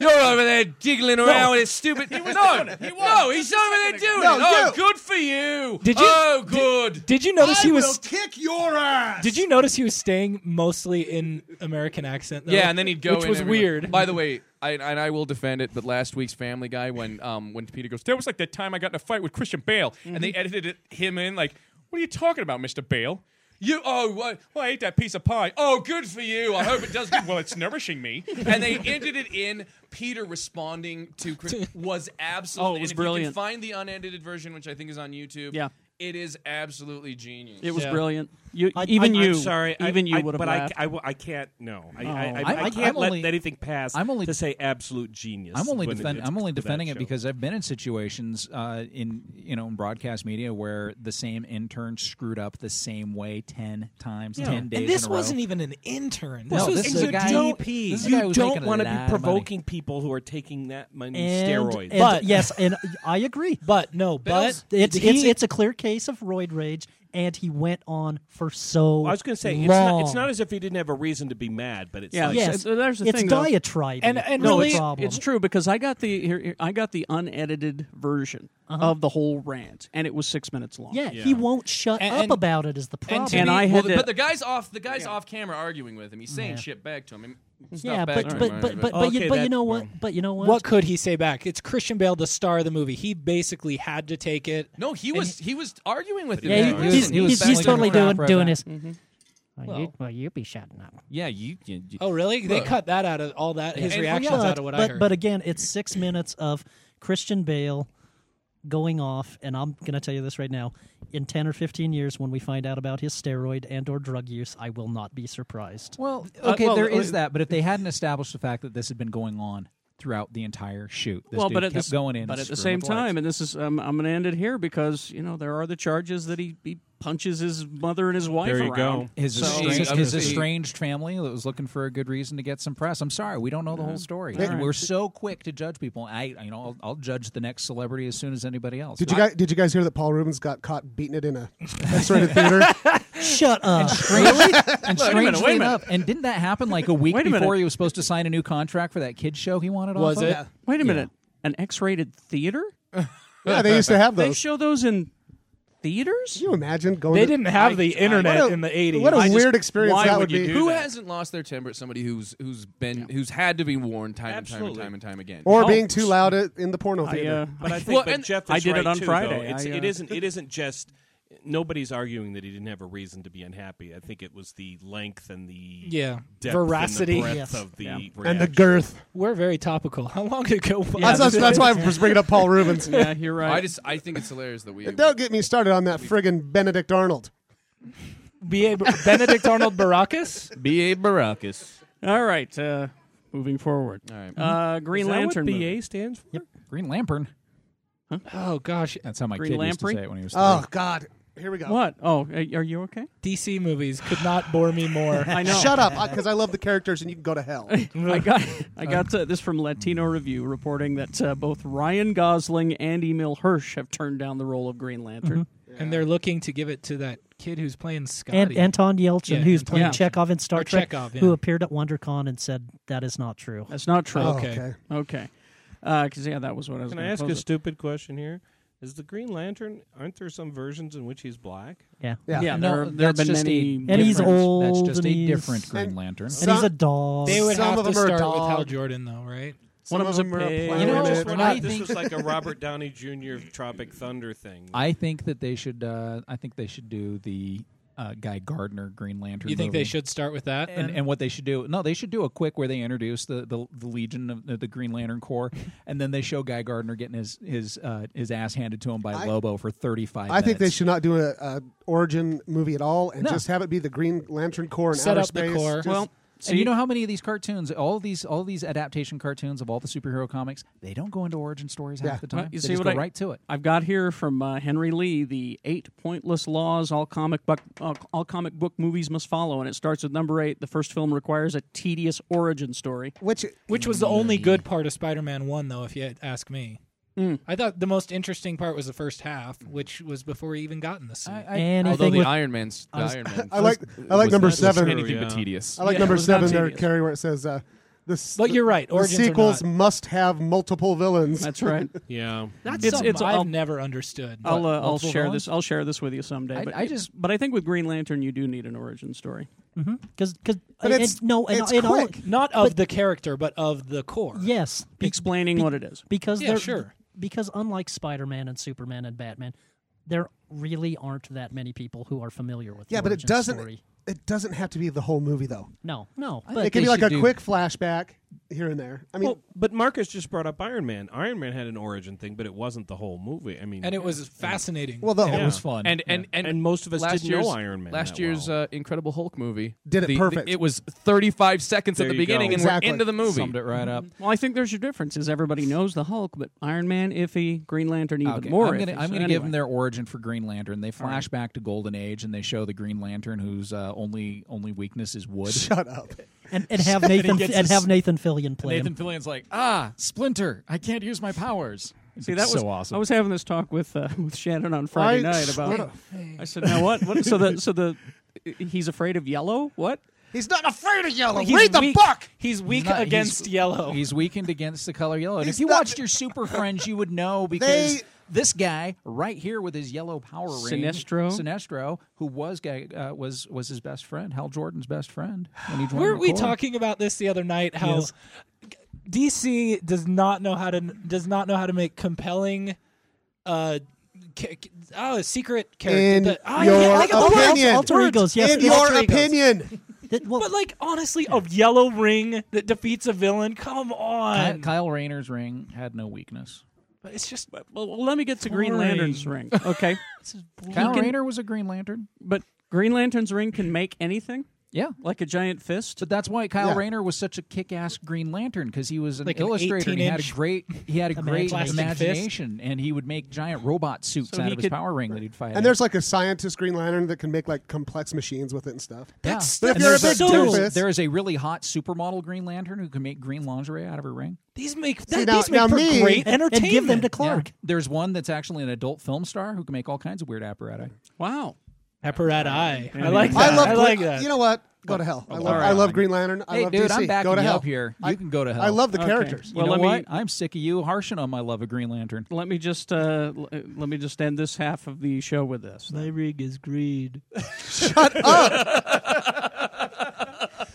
You're over there jiggling around with this stupid. He was no, he was.
Oh,
no, he's over there doing
No,
it. Oh,
you.
good for you.
Did you-
Oh, good.
Did you notice he was?
kick your ass.
Did you notice he was staying mostly in American accent? Though?
Yeah, and then he'd go,
which
in
was
every-
weird.
By the
<laughs>
way, I, and I will defend it, but last week's Family Guy, when um when Peter goes,
That was like the time I got in a fight with Christian Bale, and they
Mm-hmm.
edited it, him in like, "What are you talking about, Mister Bale?
you oh what?
Well, I ate that piece of pie.
Oh, good for you. I hope it does.
well, it's nourishing me."
and they ended it in Peter responding to
<laughs>
Chris was absolutely.
Oh, it was
and if You
brilliant.
can find the unedited version, which I think is on YouTube.
Yeah.
it is absolutely genius.
It was
Yeah.
brilliant. You,
I-
even
I-
you,
I'm sorry. I-
even
I,
you would have
But
laughed.
I, I, will- I can't. No, I, I, I,
I'm-
I
I'm
can't let
only-
anything pass.
I'm only-
to say absolute genius.
I'm only
when it-
defend,
it's
I'm only
to that
defending it
show.
because I've been in situations uh, in you know in broadcast media where the same intern screwed up the same way ten times, ten days.
and this
in a row.
wasn't e- even an intern. This
No,
was
this is
you
a guy.
don't-
this is a guy who
you
was making
don't
a
want to
lot
be
of money.
provoking people who are taking that many
And-
steroids.
and-
But-
yes,
<laughs>
<laughs>
and <laughs> I agree.
but no, but
Bell's-
It's
he-
it's it's a clear case of roid rage, and he went on for so.
I was going to say
long.
it's not, it's not as if he didn't have a reason to be mad, but Oh, it's
Yeah.
like,
Yes.
Yes,
Uh, there's the
it's
thing, though.
diatribe.
And- and
no
really,
problem.
It's true because I got the here, here- I got the unedited version of the whole rant, and it was six minutes long.
yeah, he won't shut
And-
up
and-
about it. Is the problem?
And, to
And
be-
I
well,
had to-
but the guy's off. The guy's off camera arguing with him. He's saying shit back to him. and stuff
yeah,
back
but,
to
but,
him,
but but but you,
Okay,
but you
that-
know what? But you know what?
what could he say back? It's Christian Bale, the star of the movie. He basically had to take it.
No, he was he was arguing with him.
yeah,
in
he- he's,
person.
he was
he's, he's
battling
totally
crap
doing
right
doing
now.
<laughs>
this. Well, you, well, you be shutting up.
Yeah, you. you, you-
Oh, really? They
Look.
cut that out of all that. His
And-
reactions
but,
out of what
but,
I heard.
but again, it's six minutes of Christian Bale going off, and I'm going to tell you this right now: in ten or fifteen years, when we find out about his steroid and or drug use, I will not be surprised.
Well, okay,
well,
there
uh,
is that, but if they hadn't established the fact that this had been going on throughout the entire shoot, this
well,
dude
but at
kept
this,
going in.
but
and
at the same
screwing with lights.
time, and this is um, I'm going to end it here because you know there are the charges that he, he punches his mother and his wife
There you
around.
go.
his,
So-
estranged,
See,
his
see.
estranged family that was looking for a good reason to get some press. I'm sorry, we don't know the whole story. And We're so quick to judge people. I, you know, I'll, I'll judge the next celebrity as soon as anybody else.
Did you guys did you guys hear that Paul Rubens got caught beating it in a <laughs> X-rated theater?
Shut up!
<laughs>
<laughs> And
Wait a minute,
strangely
wait a minute.
enough, and didn't that happen like a week
Wait a
before
minute.
he was supposed to sign a new contract for that kids show he wanted?
Was
off
it?
Of? <laughs>
Wait a minute, an X-rated theater?
yeah, they used to have
They
those.
show those in theaters?
Can you imagine going?
They
to-
didn't have
I-
the
I-
internet
What a-
in the 80s.
What a
I just-
weird experience
why
that would
would you
be.
do
Who
that.
hasn't lost their temper at somebody who's who's been who's had to be warned time and
Absolutely.
time and time and time again?
Or
Oh,
being too loud at, in the porno
I,
theater.
uh,
But I think
Well,
but
and-
Jeff is
I did it
right,
on
too,
Friday.
though. It's,
I,
It
uh,
isn't. It isn't just. Nobody's arguing that he didn't have a reason to be unhappy. I think it was the length and the
Yeah.
depth and the
Veracity.
breadth
Yes.
of the
Yeah. And
and the
reaction.
girth.
We're very topical. <laughs> How long ago?
Yeah,
was
that's, that's,
it?
that's why I was bringing up Paul Rubens.
yeah, you're right.
I just I think it's hilarious that we
Don't get me started on that friggin' Benedict Arnold.
B.A. Benedict Arnold Baracus?
B.A. Baracus.
All right, uh, moving forward.
All right.
Uh, Green
Is that
Lantern.
what BA
movie.
stands for?
Green Lantern.
Oh gosh,
That's how my
Green
kid used to
Lamprey?
say it when he was.
Oh
three.
God, here we go.
What? Oh, are are you okay?
DC movies could not bore me more.
I know.
Shut up, because I love the characters, and you can go to hell.
<laughs> I got I got uh, this from Latino Review reporting that uh, both Ryan Gosling and Emil Hirsch have turned down the role of Green Lantern.
Mm-hmm. And they're looking to give it to that kid who's playing Scotty.
And Anton Yelchin,
Yeah,
who's
Anton
playing
Yelchin.
Chekhov in Star
Or
Trek,
Chekhov, yeah.
who appeared at WonderCon and said that is not true.
That's not true.
Oh. Okay.
Okay. Because yeah, that was what I was.
Can I
gonna
ask
pose
a
it.
stupid question here? Is the Green Lantern? Aren't there some versions in which he's black?
Yeah,
Yeah.
Yeah,
No,
there, there have
that's
been
just
many.
a
And he's
different-
different-
old
That's just
and
a
he's-
different Green
And-
Lantern.
and he's
Some-
a dog.
they would
Some
have
of
to
them are
start with
dog.
Hal Jordan, though, right?
One of
Some
them's a
them are
pig.
planet.
You know,
I
it's
just
we're
wondered if
not- I
this
think-
was
<laughs>
like a Robert Downey Jr. Tropic Thunder thing.
I
Mm-hmm.
think that they should. Uh, I think they should do the uh, Guy Gardner Green Lantern.
You think they
movie.
should start with that?
And, and what they should do? No, they should do a quick where they introduce the, the, the Legion of the, the Green
<laughs>
Lantern Corps, and then they show Guy Gardner getting his his uh, his ass handed to him by
I-
Lobo for thirty five.
I think they should not do a, a origin movie at all, and
No.
just have it be the Green Lantern Corps in
Set
outer
up the
space.
Corps.
Just-
Well,
and you
see-
know how many of these cartoons, all these all these adaptation cartoons of all the superhero comics, they don't go into origin stories
Yeah.
half the
Well,
time.
you
they
see
just
what
go
I-
right to it.
I've got here from uh, Henry Lee the eight pointless laws all comic book all, all comic book movies must follow, and it starts with number eight. The first film requires a tedious origin story.
which
Which was the
Mm-hmm.
only good part of Spider-Man One, though, if you ask me.
Mm.
I thought the most interesting part was the first half, which was before he even got in the suit.
Although
Anything
the
with
Iron Man's,
<laughs>
the Iron Man.
I like. I like number
not
seven.
necessary.
anything but
Yeah.
tedious.
I like
Yeah,
number
it was not
seven there,
tedious.
Carrie, where it says uh, this.
but you're right.
the
Origins are
sequels
not.
must have multiple villains. <laughs>
That's right.
Yeah.
That's
It's-
something
it's-
I've
I'll-
never understood.
I'll uh, I'll
multiple
share
villains?
this. I'll share this with you someday.
I-
but
I just-
but I think with Green Lantern, you do need an origin story.
because because
But it's-
no, and-
it's
and all-
quick.
not of the character, but of the core.
yes, be-
Explaining
be-
what it is.
because
Yeah,
they're
sure.
because unlike Spider-Man and Superman and Batman, there really aren't that many people who are familiar with. the
yeah, but it
origin
doesn't.
Story.
It doesn't have to be the whole movie though.
No, no,
I
but
it could
they
be like
should
a
do-
quick flashback here and there. I mean,
well, but Marcus just brought up Iron Man. Iron Man had an origin thing, but it wasn't the whole movie. I mean,
and it was fascinating.
well, the
It
Yeah.
was fun.
And and, and
and most of us
last
didn't know
year's-
Iron Man.
Last
that
year's
well.
uh, Incredible Hulk movie
Did it
the- the-
perfect.
it was 35 seconds
There
at the
you
beginning,
go.
and
Exactly.
we're into the movie.
summed it right up.
Well, I think there's your difference. Is everybody knows the Hulk, but Iron Man iffy, Green Lantern even
Okay,
more.
I'm gonna,
iffy.
I'm
So
gonna
anyway.
give them their origin for Green Lantern. They flash back to Golden Age and they show the Green Lantern whose uh, only only weakness is wood.
shut
<laughs>
up.
and, and have Nathan
gets
and
his-
have Nathan Fillion play him.
Nathan Fillion's like, ah, Splinter, I can't use my powers. It's
See, that was
so awesome.
I was having this talk with uh, <laughs> with Shannon on Friday
Why-
night about. I said, now what? what? So the so the he's afraid of yellow. What?
He's not afraid of yellow.
He's
Read the
weak.
book.
He's weak
not- he's-
against yellow.
He's weakened against the color yellow. And
He's
if you
not-
watched
<laughs>
your Super Friends, you would know because
They-
this guy right here with his yellow power ring,
Sinestro.
Sinestro, who was guy uh, was was his best friend, Hal Jordan's best friend when he joined.
Weren't
the
we
Corps.
talking about this the other night? How
Yes.
DC does not know how to does not know how to make compelling, uh, ca- ca- oh, secret character.
In
that- ah,
your
yeah, like, oh,
opinion.
yes,
Alter
words.
egos, yes.
In
the
your
alter egos.
opinion,
<laughs> That- well,
But like honestly, a yellow ring that defeats a villain. Come
Ky-
on,
Kyle Rayner's ring had no weakness.
But it's just
Well, let me get to Green
Boring.
Lantern's ring. Okay,
Kyle
can-
Rayner was a Green Lantern.
but Green Lantern's ring can make anything,
Yeah.
like a giant fist.
But that's why Kyle
Yeah.
Rayner was such a kick-ass Green Lantern because he was an
Like an
illustrator. and he had a
18-inch
great, he had a great
Plastic
imagination, and he would make giant robot suits
So
out
he
of his
could-
power ring that he'd fight.
and there's like a scientist Green Lantern that can make like complex machines with it and stuff.
that's
But if
that's
you're a
so
big
dude,
doofus-
There's- there is a really hot supermodel Green Lantern who can make green lingerie out of her ring.
these make that,
now-
these make
now
for
me-
great
and,
entertainment.
and give them to Clark.
There's one that's actually an adult film star who can make all kinds of weird apparatus.
Wow.
Apparat Eye.
Yeah.
I like that.
I love.
I like
Green-
that.
You know what? Go to hell. I love.
right.
I love Green Lantern. I
hey,
love
dude,
DC.
I'm backing
Go to
you
hell.
up here. You
I-
can go to hell.
I love the
Okay.
characters.
You
Well,
know
let me-
what? I'm sick of you harshing on my love of Green Lantern.
Let me just uh, l- let me just end this half of the show with this.
My rig is
<laughs>
greed.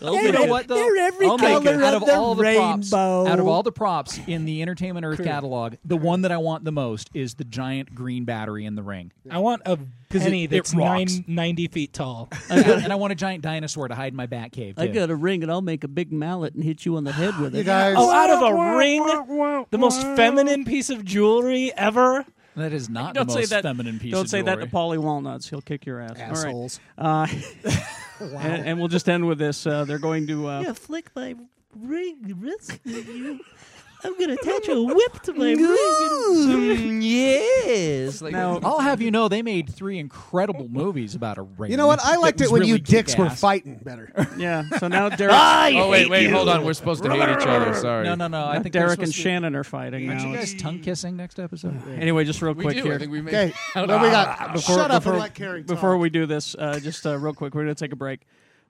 you know what though?
they're every
I'll make
color
it. Oh out
of
of,
the
all the props,
rainbow.
out of all the props in the Entertainment Earth catalog, the one that I want the most is the giant green battery in the ring,
I want a penny
it
that's nine,
rocks.
90 feet tall.
and I want a giant dinosaur to hide in my bat cave. Too.
I got a ring, and I'll make a big mallet and hit you on the head with
You
it.
guys.
oh, out of a ring, the most feminine piece of jewelry ever.
That is not
Don't
the
say
most
that.
feminine piece.
Don't
of
say that
jewelry.
to Polly Walnuts. He'll kick your ass. All right.
assholes.
Uh, <laughs> and, and we'll just end with this. Uh, they're going to. Uh,
gonna flick my ring
<laughs>
wrist with you. I'm gonna attach a whip to my <laughs>
Mm,
ring. Yes. Like,
Now,
I'll have you know they made three incredible movies about a ring.
You know what? I
that
liked it
was
when
really
you dicks were
kick-ass.
fighting better.
<laughs> yeah. So
<laughs>
now Derek,
Oh wait, wait, hold on. We're supposed to hate each other. Sorry.
No, no, no. I think they're
Derek and
supposed to-
Shannon are fighting
Aren't
now.
you guys tongue kissing next episode?
Anyway, just real
We
quick
do.
here.
I think we made. <laughs>
Okay. what do we got?
Before-
Shut up
before-
and let Carrie talk.
Before we do this, uh, just uh, real quick, we're going to take a break.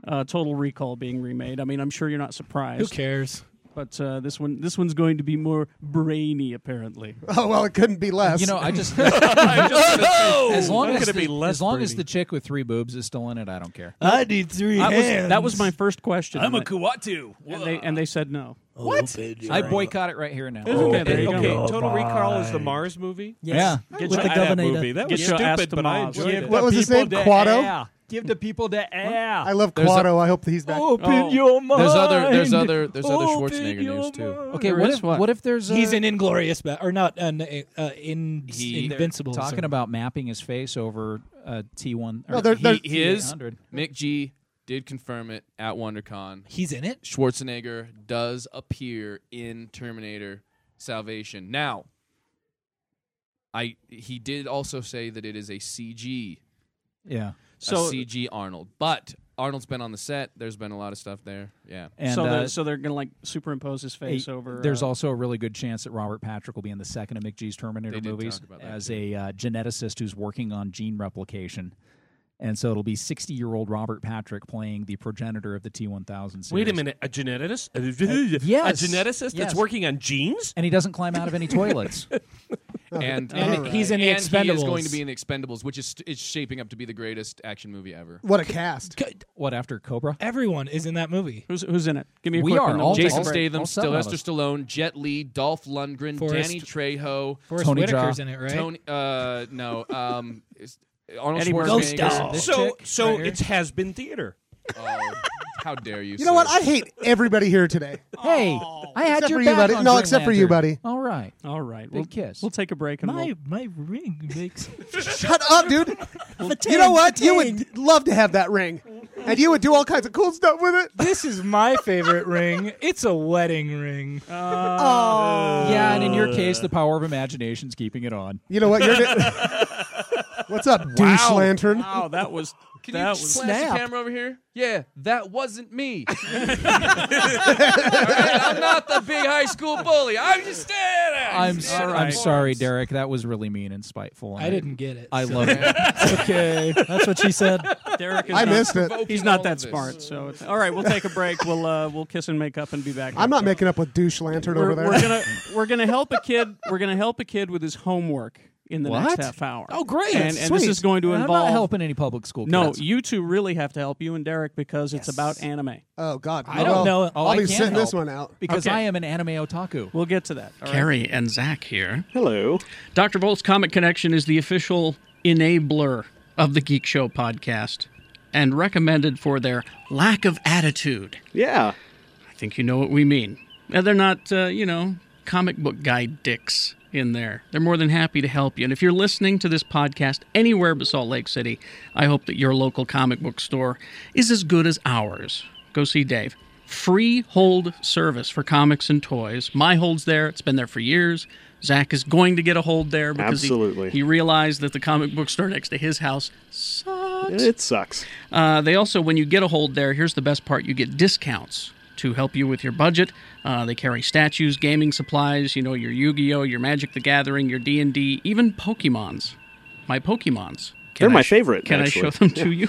Uh, Total Recall being remade. I mean, I'm sure you're not
Who
surprised,
cares?
but uh, this one, this one's going to be more brainy, apparently.
Oh well, it couldn't be less.
You know,
<laughs>
<laughs>
I just <laughs>
Oh!
as long as the, as long as the chick with three boobs is still in it, I don't care.
I need three
That was, that was my first question. and they-
Kuatu.
and they, and they said no.
What?
I boycott it right here now.
okay, there you go.
okay, Total Recall is the Mars movie.
Yeah.
With
Try
the
that
governor.
movie. That
Get
was
your ass
stupid,
to
but I
Mars.
enjoyed it.
what was his name? Quado.
Give the people the air.
I love Quado. I hope that he's back.
Open
Oh.
your mind.
There's other. There's other. There's other
Open
Schwarzenegger
your
news too.
mind.
Okay,
There
what
is
if,
one.
what if there's a,
He's an inglorious, ba- or not, an, uh,
<laughs>
in,
He-
invincible.
talking
sorry.
about mapping his face over uh, T1 or
No, there- there-
He is.
T800.
Mick G did confirm it at WonderCon.
He's in it?
Schwarzenegger does appear in Terminator Salvation. Now, I he did also say that it is a CG,
Yeah.
So,
a CG Arnold. But Arnold's been on the set. There's been a lot of stuff there. Yeah.
And
so,
uh,
they're, so they're going to like superimpose his face
Hey,
over.
There's
uh,
also a really good chance that Robert Patrick will be in the second of McGee's Terminator
They did
movies
talk about that,
as a uh, geneticist who's working on gene replication. And so it'll be 60 year old Robert Patrick playing the progenitor of the T1000 series.
Wait uh, a minute, a geneticist?
Uh, yes.
A geneticist
Yes.
that's working on genes?
And he doesn't climb out of any toilets.
Uh,
<laughs>
And,
And he's in the
and he is
Expendables.
going to be in the Expendables, which is it's shaping up to be the greatest action movie ever.
What a cast.
what, after Cobra?
Everyone is in that movie.
who's who's in it? Give me a
We
quick
are
one, then
all-
we'll take a
Jason
break.
Statham,
All seven of
Sylvester Stallone, Jet Li, Dolph Lundgren,
Forrest-
Danny Trejo,
Forrest
Tony
Whitaker's
Jaa.
in it, right?
Tony. Uh, no, um, it's- Arnold
Eddie Murphy.
Ghost
Schwarzenegger.
dog.
This
So
chick
so
right here.
it's has been theater.
Oh, how dare you?
You know what? I hate everybody here today.
<laughs> Hey, I had
Except
your
for you,
back
buddy.
on
No,
Green
except for you,
Lantern.
buddy.
All right.
All right,
Big
we'll,
kiss.
we'll take a break and
My
we'll,
my ring
<laughs>
<laughs>
makes.
Shut up,
<laughs>
dude. You know what? You would love to have that ring, and you would do all kinds of cool stuff with it.
This is my
<laughs>
favorite ring. It's a wedding ring.
Uh,
Oh.
yeah, and in your case, the power of imagination's keeping it on.
You know what? You're What's up, douche lantern?
wow, that was
<laughs> Can
that
you
was
flash the camera over here? Yeah, that wasn't
<laughs>
me. All right, I'm not the big high school bully. I'm just standing.
<laughs> I'm, s-
All
I'm
right.
sorry, Derek. That was really mean and spiteful.
I didn't get it.
I
so-
<laughs>
love
<laughs>
it.
Okay, that's what she said.
Derek. Is
I
not-
missed it.
He's not that smart. So it's, all right, we'll take a break. We'll uh, we'll kiss and make up and be back.
I'm not making up with douche lantern
We're,
over there. <laughs>
we're gonna we're gonna help a kid. We're gonna help a kid with his homework in the
What?
next half hour.
Oh, great.
And, and this
Sweet.
is going to
I'm
involve
not helping any public school kids.
No, you two really have to help you and Derek because it's about anime.
Oh God,
I don't
Well,
know. Oh,
I'll
I
be
can't
sitting this
help.
one out.
because
Okay.
I am an anime otaku.
We'll get to that. all right?
Harry and Zach here.
Hello.
Dr. Volt's Comic Connection is the official enabler of the Geek Show podcast and recommended for their lack of attitude.
Yeah.
I think you know what we mean. Now, they're not, uh, you know, comic book guy dicks in there. They're more than happy to help you. And if you're listening to this podcast anywhere but Salt Lake City, I hope that your local comic book store is as good as ours. Go see Dave. Free hold service for comics and toys. My hold's there. It's been there for years. Zach is going to get a hold there because he-
Absolutely.
He, realized that the comic book store next to his house sucks.
It sucks.
Uh, they also, when you get a hold there, here's the best part you get discounts to help you with your budget. Uh, they carry statues, gaming supplies, you know, your Yu Gi Oh!, your Magic the Gathering, your D&D, even Pokemons. My Pokemons Can
They're
I
my
sh-
favorite,
Can
actually.
I show them
Yeah.
to you?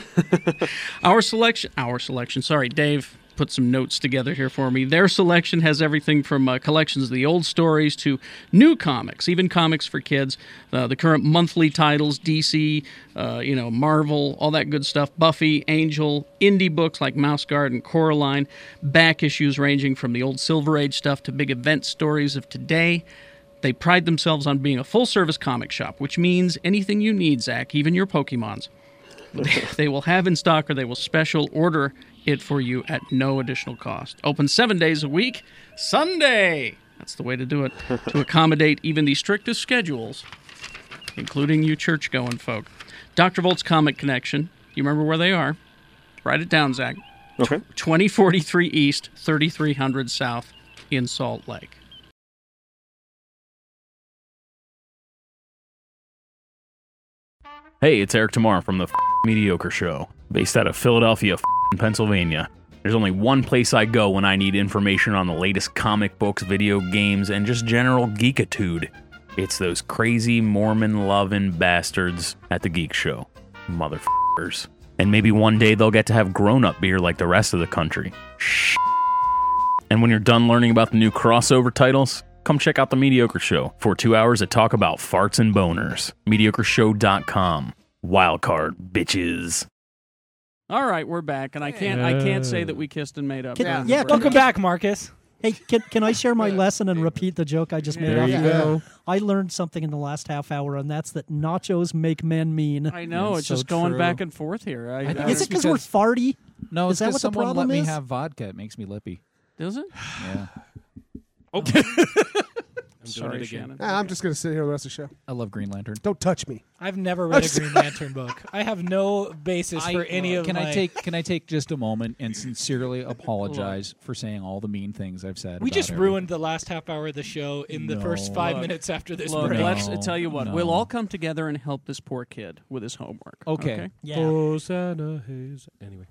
<laughs> our selection, our selection. Sorry, Dave put some notes together here for me. Their selection has everything from uh, collections of the old stories to new comics, even comics for kids. Uh, the current monthly titles: DC, uh, you know, Marvel, all that good stuff. Buffy, Angel, indie books like Mouse Guard and Coraline, back issues ranging from the old Silver Age stuff to big event stories of today. They pride themselves on being a full service comic shop, which means anything you need, Zach, even your Pokemons, they <laughs> will have in stock or they will special order it for you at no additional cost. Open seven days a week, Sunday. That's the way to do it, to accommodate even the strictest schedules, including you church going folk. Dr. Volt's Comic Connection, you remember where they are? Write it down, Zach.
Okay.
2043 East, 3300 South in Salt Lake.
Hey, it's Eric Tamar from the f- Mediocre Show, based out of Philadelphia, f- Pennsylvania. There's only one place I go when I need information on the latest comic books, video games, and just general geekitude. It's those crazy Mormon loving bastards at the Geek Show. Motherfuckers. And maybe one day they'll get to have grown up beer like the rest of the country. And when you're done learning about the new crossover titles, come check out The Mediocre Show for two hours that talk about farts and boners. MediocreShow.com. Wildcard, bitches.
All right, we're back, and I can't. I can't say that we kissed and made up.
Can-
during the break.
welcome back, Marcus.
Hey, can, can I share my lesson and repeat the joke I just made?
There
off
you
the air?
go.
I learned something in the last half hour, and that's that nachos make men mean.
I know it's just going back and forth here. I, I-
Is it because we're farty?
No,
is
it's
that what the
because someone
problem
let
is?
me have vodka. It makes me lippy.
Does it?
Yeah. <laughs>
Okay.
I'm Sorry, doing it again.
Ah, I'm just gonna sit here the rest of the show.
I love Green Lantern.
Don't touch me.
I've never read
<laughs>
a Green Lantern book. I have no basis for any of
can
my-
I take can I take just a moment and sincerely apologize for saying all the mean things I've said.
We
about
just
everything.
ruined the last half hour of the show in the first five
Look,
minutes after this
Look,
break.
let's I tell you what.
No.
We'll all come together and help this poor kid with his homework.
Okay.
Yeah.
Hosanna, Hos- Anyway.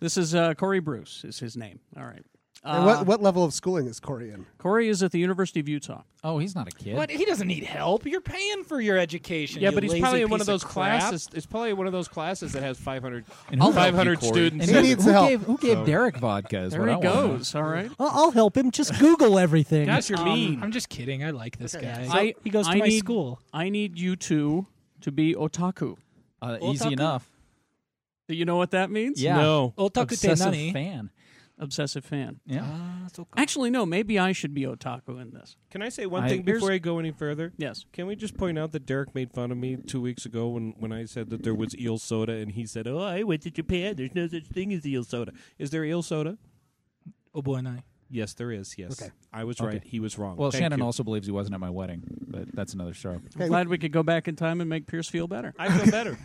This is uh, Corey Bruce. Is his name? All right. Uh,
And what what level of schooling is Corey in?
Corey is at the University of Utah.
Oh, he's not a kid.
What? He doesn't need help. You're paying for your education.
Yeah,
you
but he's
lazy
probably in one
piece
of those
crap.
classes. It's probably one of those classes that has 500,
And who helped you,
500
Corey?
students.
And
in
who-
it.
who gave who gave Derek vodka? Is what I wanna know.
All right.
I'll, I'll help him. Just Google everything.
Gosh, you're
Um,
mean. I'm just kidding. I like this guy.
I,
he goes to
I
my
need-
school.
I need you two to be otaku.
Uh,
Otaku.
easy enough.
Do you know what that means?
Yeah.
No.
Otaku te
Obsessive
nani? Ah,
fan.
Obsessive fan.
Yeah.
Actually, no. Maybe I should be otaku in this.
Can I say one
I-
thing
Here's-
before I go any further?
Yes.
Can we just point out that Derek made fun of me two weeks ago when, when I said that there was eel soda, and he said, "Oh, I went to Japan. There's no such thing as eel soda. Is there eel soda?
Oh boy, and I.
Yes, there is. Yes,
Okay.
I was
Okay.
right. He was wrong.
Well,
Thank
Shannon
you.
also believes he wasn't at my wedding, but that's another show.
I'm glad we could go back in time and make Pierce feel better.
I feel
<laughs>
better.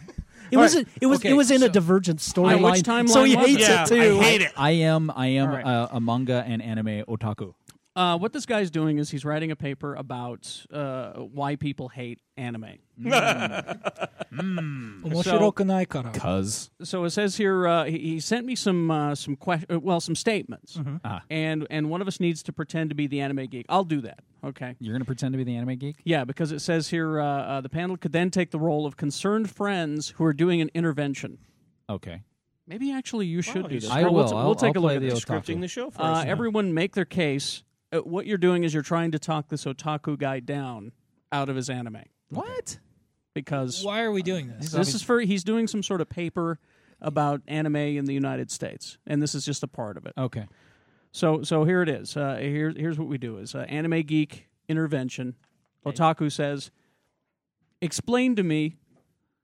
It was it was it was in a divergent
which
storyline,
timeline
so he
was
hates
it? Yeah,
it too.
I hate it.
I am I am
All right.
uh, a manga and anime otaku.
Uh, what this guy's doing is he's writing a paper about uh, why people hate
<laughs>
anime.
Mm.
Mm.
So-
面白くないから。
<laughs>
Cuz.
so it says here uh, he, he sent me some uh, some que- uh, well some statements,
Mm-hmm.
Ah.
and and one of us needs to pretend to be the anime geek. I'll do that. Okay.
You're gonna pretend to be the anime geek?
Yeah, because it says here uh, uh, the panel could then take the role of concerned friends who are doing an intervention.
Okay.
Maybe actually you should
Oh,
do this.
I
We'll-
will.
We'll,
I'll-
we'll take
I'll
a look
play
at
the
this.
otaku. Scripting
the show for
Uh,
us.
everyone make their case. Uh, what you're doing is you're trying to talk this otaku guy down out of his anime
What?
because
Why are we doing this?
this is for he's doing some sort of paper about anime in the United States, and this is just a part of it.
Okay.
So so here it is. Uh, here here's what we do is uh, anime geek intervention. Otaku says, "Explain to me,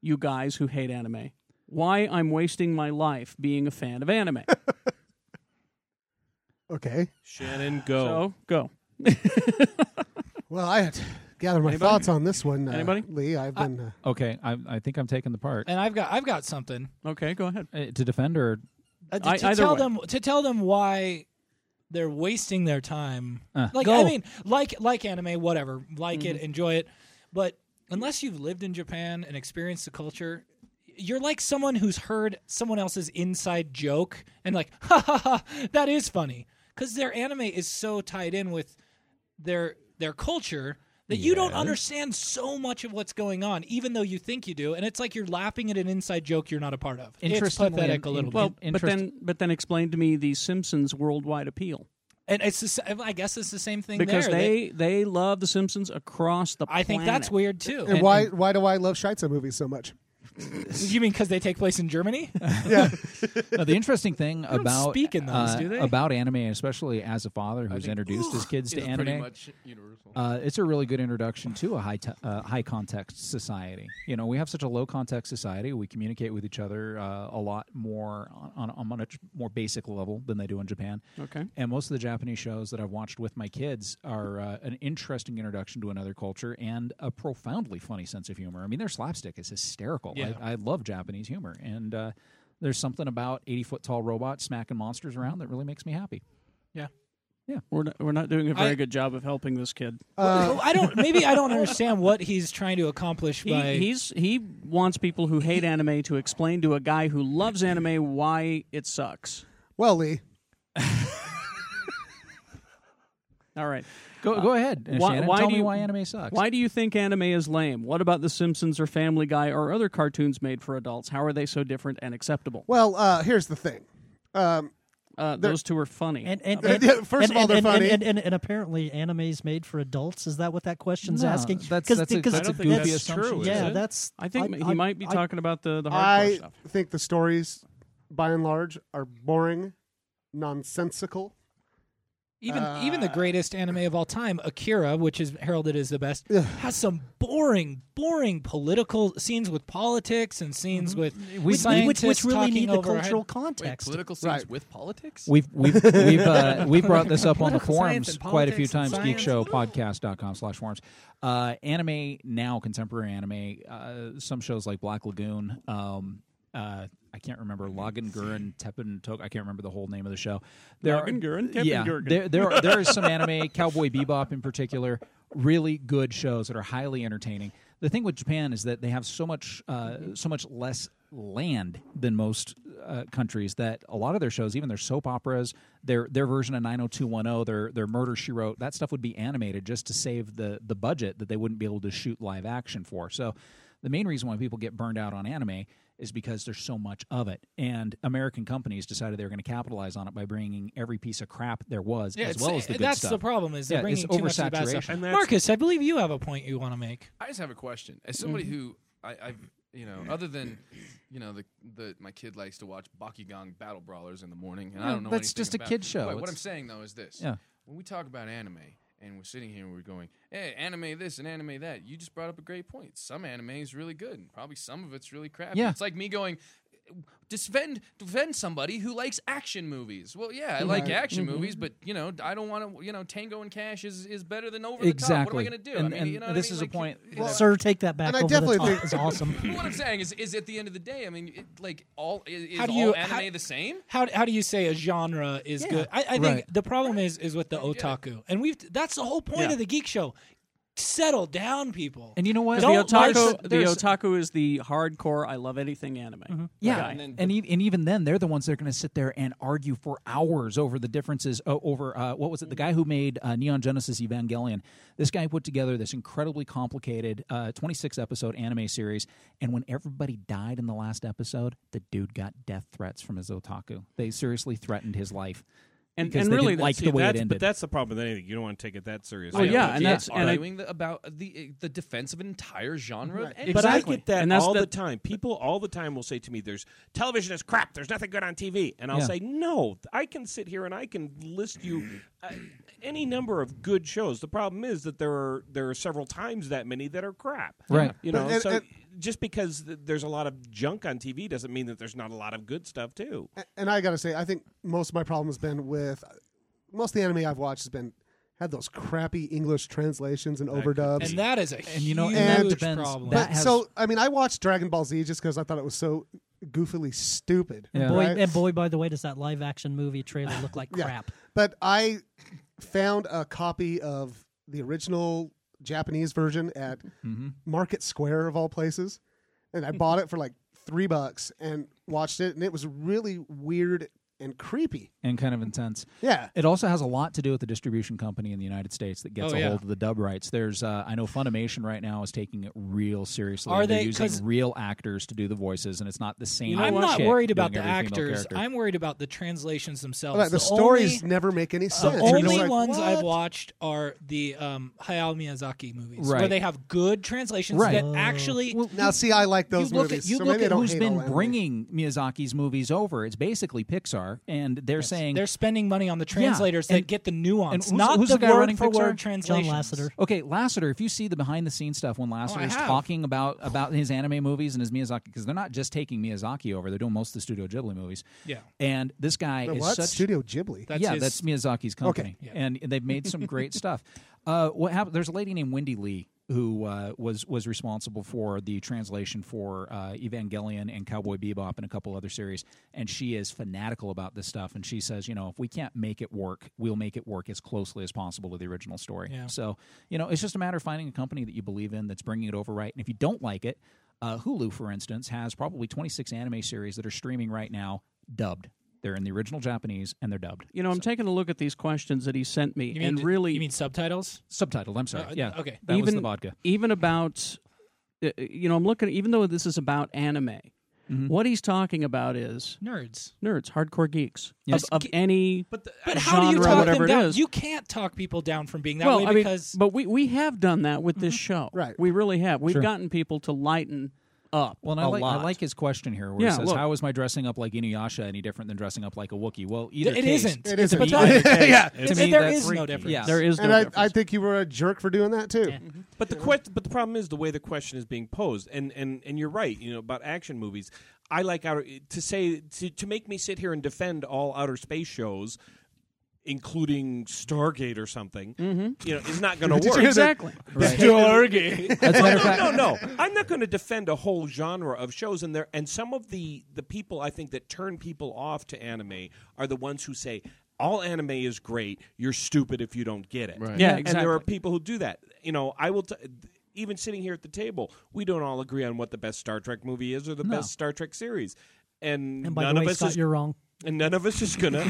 you guys who hate anime, why I'm wasting my life being a fan
<laughs>
of anime."
Okay.
Shannon, go.
So go.
Well, I had gathered my
Anybody?
thoughts on this one. Uh,
Anybody?
Lee, I've been. uh,
Okay. I I think I'm taking the part.
And I've got I've got something
Okay, go ahead.
Uh, to defend or
uh, to,
I-
to
either
tell
way.
them to tell them why they're wasting their time.
Uh.
like
Go.
I mean, like like anime, whatever, like it,
Mm-hmm.
enjoy it, but unless you've lived in Japan and experienced the culture. You're like someone who's heard someone else's inside joke and like, <laughs> ha ha ha, that is funny, because their anime is so tied in with their their culture that you don't
Yes.
understand so much of what's going on, even though you think you do, and it's like you're laughing at an inside joke you're not a part of. It's pathetic a little
well,
bit.
but then but then explain to me the Simpsons worldwide appeal
and it's the, sa- I guess it's the same thing
because
there.
they, they love the Simpsons across the.
I think that's weird, too.
And, why why do I love Scheitzer movies so much?
you mean because they take place in <laughs> Germany?
yeah.
Now, the interesting thing
don't
about
speak in those,
uh,
do they?
about anime, especially as a father who's
think-
introduced his kids to
It's
anime,
pretty much universal.
Uh, it's a really good introduction to a high te- uh, high context society. You know, we have such a low context society. We communicate with each other uh, a lot more on, on, on a much more basic level than they do in Japan.
Okay.
And most of the Japanese shows that I've watched with my kids are uh, an interesting introduction to another culture and a profoundly funny sense of humor. I mean, their slapstick is hysterical.
Yeah.
I, I love Japanese humor, and uh, there's something about 80 foot tall robots smacking monsters around that really makes me happy.
Yeah.
Yeah.
We're not, we're not doing a very
I-
good job of helping this kid.
Uh,
Well, I don't. Maybe
<laughs>
I don't understand what he's trying to accomplish
He,
by.
he's he wants people who hate anime to explain to a guy who loves anime why it sucks.
Well, Lee.
<laughs> All right, Uh,
Go- go ahead,
why,
Shannon.
why
Tell
do
me
you-
why anime sucks.
Why do you think anime is lame? What about The Simpsons or Family Guy or other cartoons made for adults? How are they so different and acceptable?
Well, uh, here's the thing. Um,
Uh,
They're-
those two are funny.
And, and,
Yeah, first
and-
of all, they're
and,
funny.
And, and, and, apparently, anime's made for adults. Is that what that question's
No,
asking?
that's-
'Cause-
that's a-
'cause
that's a I don't think goofy that's assumption. true, is
Yeah,
it?
that's.
I think
I-
he
I-
might be
I-
talking about the the hardcore
I
stuff.
think the stories, by and large, are boring, nonsensical.
Even even the greatest anime of all time, Akira, which is heralded as the best, has some boring, boring political scenes with politics and scenes with
Which- which,
Mm-hmm. scientists
which really
talking
need the
over our head.
cultural
Wait,
context.
political scenes
Right.
with politics?
We've we've we've
<laughs>
uh, we brought this up on the
Political science
forums
and
quite a few
politics and
times.
science.
Geekshow.podcast.com slash forums. Uh, anime now, contemporary anime. Uh, some shows like Black Lagoon. Um, uh, I can't remember Logan Gurin Teppen Tok. I can't remember the whole name of the show.
Laganguren,
yeah,
Teppenjurgen.
there there
<laughs>
are, there is some anime, Cowboy Bebop in particular. Really good shows that are highly entertaining. The thing with Japan is that they have so much uh, so much less land than most uh, countries that a lot of their shows, even their soap operas, their their version of 90210, their their Murder She Wrote, that stuff would be animated just to save the the budget that they wouldn't be able to shoot live action for. So the main reason why people get burned out on anime is because there's so much of it and american companies decided they were going to capitalize on it by bringing every piece of crap there was
Yeah,
as
it's-
well as the good
that's
stuff
the problem is they're
Yeah,
bringing
it's
too much of the bad stuff.
oversaturation. And that's-
Marcus, I believe you have a point you want to make.
I just have a question. As somebody
Mm-hmm.
Mhm.
who I, I've you know, other than you know, the the my kid likes to watch Bakugan battle brawlers in the morning, and I
Yeah,
don't know.
that's
anything
just a
about
kid
it.
show.
But what I'm
It's-
saying though is this:
Yeah.
when we talk about anime. And we're sitting here and we're going, hey, anime this and anime that. You just brought up a great point. Some anime is really good, and probably some of it's really crappy.
Yeah.
It's like me going, defend defend somebody who likes action movies. Well, yeah, I like
Right.
action
Mhm.
movies, but you know, I don't want to. You know, Tango and Cash is, is better than Over
exactly
the Top. What am I going to do?
and,
I mean,
and
you know what I
this
mean?
is
Like,
a point
you know-
Sir, take that back.
And I
over the
definitely
top
think-
is awesome.
Well, <laughs> what I'm saying is, is at the end of the day, I mean, it, like all i- is
How do
all
you-
anime
how-
the same?
How, how do you say a genre is
Yeah.
good? I, I think
Right.
the problem is is with the otaku, and we've that's the whole point
Yeah.
of the geek show. Settle down, people.
and you know what
The otaku, the otaku is the hardcore. I love anything anime.
Yeah,
guy.
and, and, e- and even then, they're the ones that are going to sit there and argue for hours over the differences. Uh, over uh, what was it? The guy who made uh, Neon Genesis Evangelion. This guy put together this incredibly complicated uh, 26 episode anime series, and when everybody died in the last episode, the dude got death threats from his otaku. They seriously threatened his life.
And-
because
and
they
really
didn't like
See,
the way it
that's-
ended.
But that's the problem with anything. You don't want to take it that seriously.
Well,
I know,
yeah,
but
and
yet
that's- and I-
arguing the, about the the defense of an entire genre of anime.
But I get that
And that's
all
the-
the, time. People all the time will say to me, "There's television is crap. There's nothing good on TV." And I'll
Yeah.
say, "No, I can sit here and I can list you uh, any number of good shows. The problem is that there are there are several times that many that are crap.
Right.
You
But
know,
it-
so
it-
just because th- there's a lot of junk on TV doesn't mean that there's not a lot of good stuff too.
A- And I gotta say, I think most of my problem has been with most of the anime I've watched has been had those crappy English translations and overdubs.
and that is a
And you know,
huge
and that depends-
problem.
that
but
has-
so I mean, I watched Dragon Ball Z just because I thought it was so goofily stupid.
Yeah.
Boy,
right?
and boy, by the way, does that live action movie trailer look like
Yeah.
crap?
But I found a copy of the original Japanese version at Market Square of all places, and I bought it for like three bucks and watched it, and it was really weird and creepy.
and kind of intense.
Yeah.
It also has a lot to do with the distribution company in the United States that gets
Oh,
a
yeah.
hold of the dub rights. There's, uh, I know Funimation right now is taking it real seriously.
Are
They're
they- 'cause-
using real actors to do the voices, and it's not the same.
I'm not
chick
worried
doing
about the
every female
actors.
character.
I'm worried about the translations themselves.
Right, the stories never make any sense.
The
You're just
only
like,
ones I've
"What?"
watched are the um, Hayao Miyazaki movies, where
Right.
they have good translations
Right.
that actually.
now, see, I like those
you look
movies.
At, you
so
look
maybe I
at
don't
who's
hate
been
all anime.
bringing Miyazaki's movies over. It's basically Pixar, and they're saying
they're spending money on the
Yeah,
translators that
and-
get the
and
nuance,
who's-
not
who's
the,
guy
word
running
for
Pixar?
word translations. Oh,
Okay, Lasseter. If you see the behind the scenes stuff when Lasseter's
have.
talking about about his anime movies and his Miyazaki, because they're not just taking Miyazaki over; they're doing most of the Studio Ghibli movies.
Yeah.
And this guy
The
is
what?
such
Studio Ghibli? That's
yeah,
his-
that's Miyazaki's company,
Okay.
and they've
<laughs>
made some great stuff. Uh, what happened? There's a lady named Wendy Lee who uh, was was responsible for the translation for uh, Evangelion and Cowboy Bebop and a couple other series, and she is fanatical about this stuff. And she says, you know, if we can't make it work, we'll make it work as closely as possible to the original story.
Yeah.
So, you know, it's just a matter of finding a company that you believe in that's bringing it over right. And if you don't like it, uh, Hulu, for instance, has probably 26 anime series that are streaming right now dubbed. They're in the original Japanese and they're dubbed.
You know, I'm taking a look at these questions that he sent me,
You mean
and
d-
really,
you mean subtitles?
Subtitled. I'm sorry.
Uh,
yeah.
okay.
That
even,
was the vodka.
Even about, uh, you know, I'm looking. Even though this is about anime, what he's talking about is
Nerds.
Mm-hmm. nerds, hardcore geeks
Yes.
of, of any.
But, how do you
genre,
talk
whatever
them down?
it is.
You can't talk people down from being that
well,
way
I mean,
because
but we we have done that with this show, right? We really have. We've
Sure.
gotten people to lighten up.
Well, and I
a
like, I
lot.
like his question here where
Yeah,
he says,
look.
How is my dressing up like Inuyasha any different than dressing up like a Wookiee? Well, either
It
case,
isn't. It
to
isn't.
<laughs>
me,
But
either
that- <laughs>
case-
yeah,
to
it's-
me,
there
that's
is no
freaky.
difference.
Yeah.
There is no
and I,
difference.
I think you were a jerk for doing that too.
But the quest, but the problem is the way the question is being posed, and and and you're right. You know about action movies. I like outer to say to to make me sit here and defend all outer space shows, including Stargate or something.
Mhm.
You know, is not going
<laughs>
to
Did you
work
hear that?
<laughs>
Exactly. Right. Stargate. As a matter
no,
of fact-
no, no, no. I'm not going to defend a whole genre of shows, and there and some of the the people I think that turn people off to anime are the ones who say. All anime is great. You're stupid if you don't get it.
Yeah,
And there
exactly.
are people who do that. You know, I will. T- even sitting here at the table, we don't all agree on what the best Star Trek movie is or the
No.
best Star Trek series, and,
And by
none
the way,
of us
Scott,
is
you're wrong.
And none of us is gonna,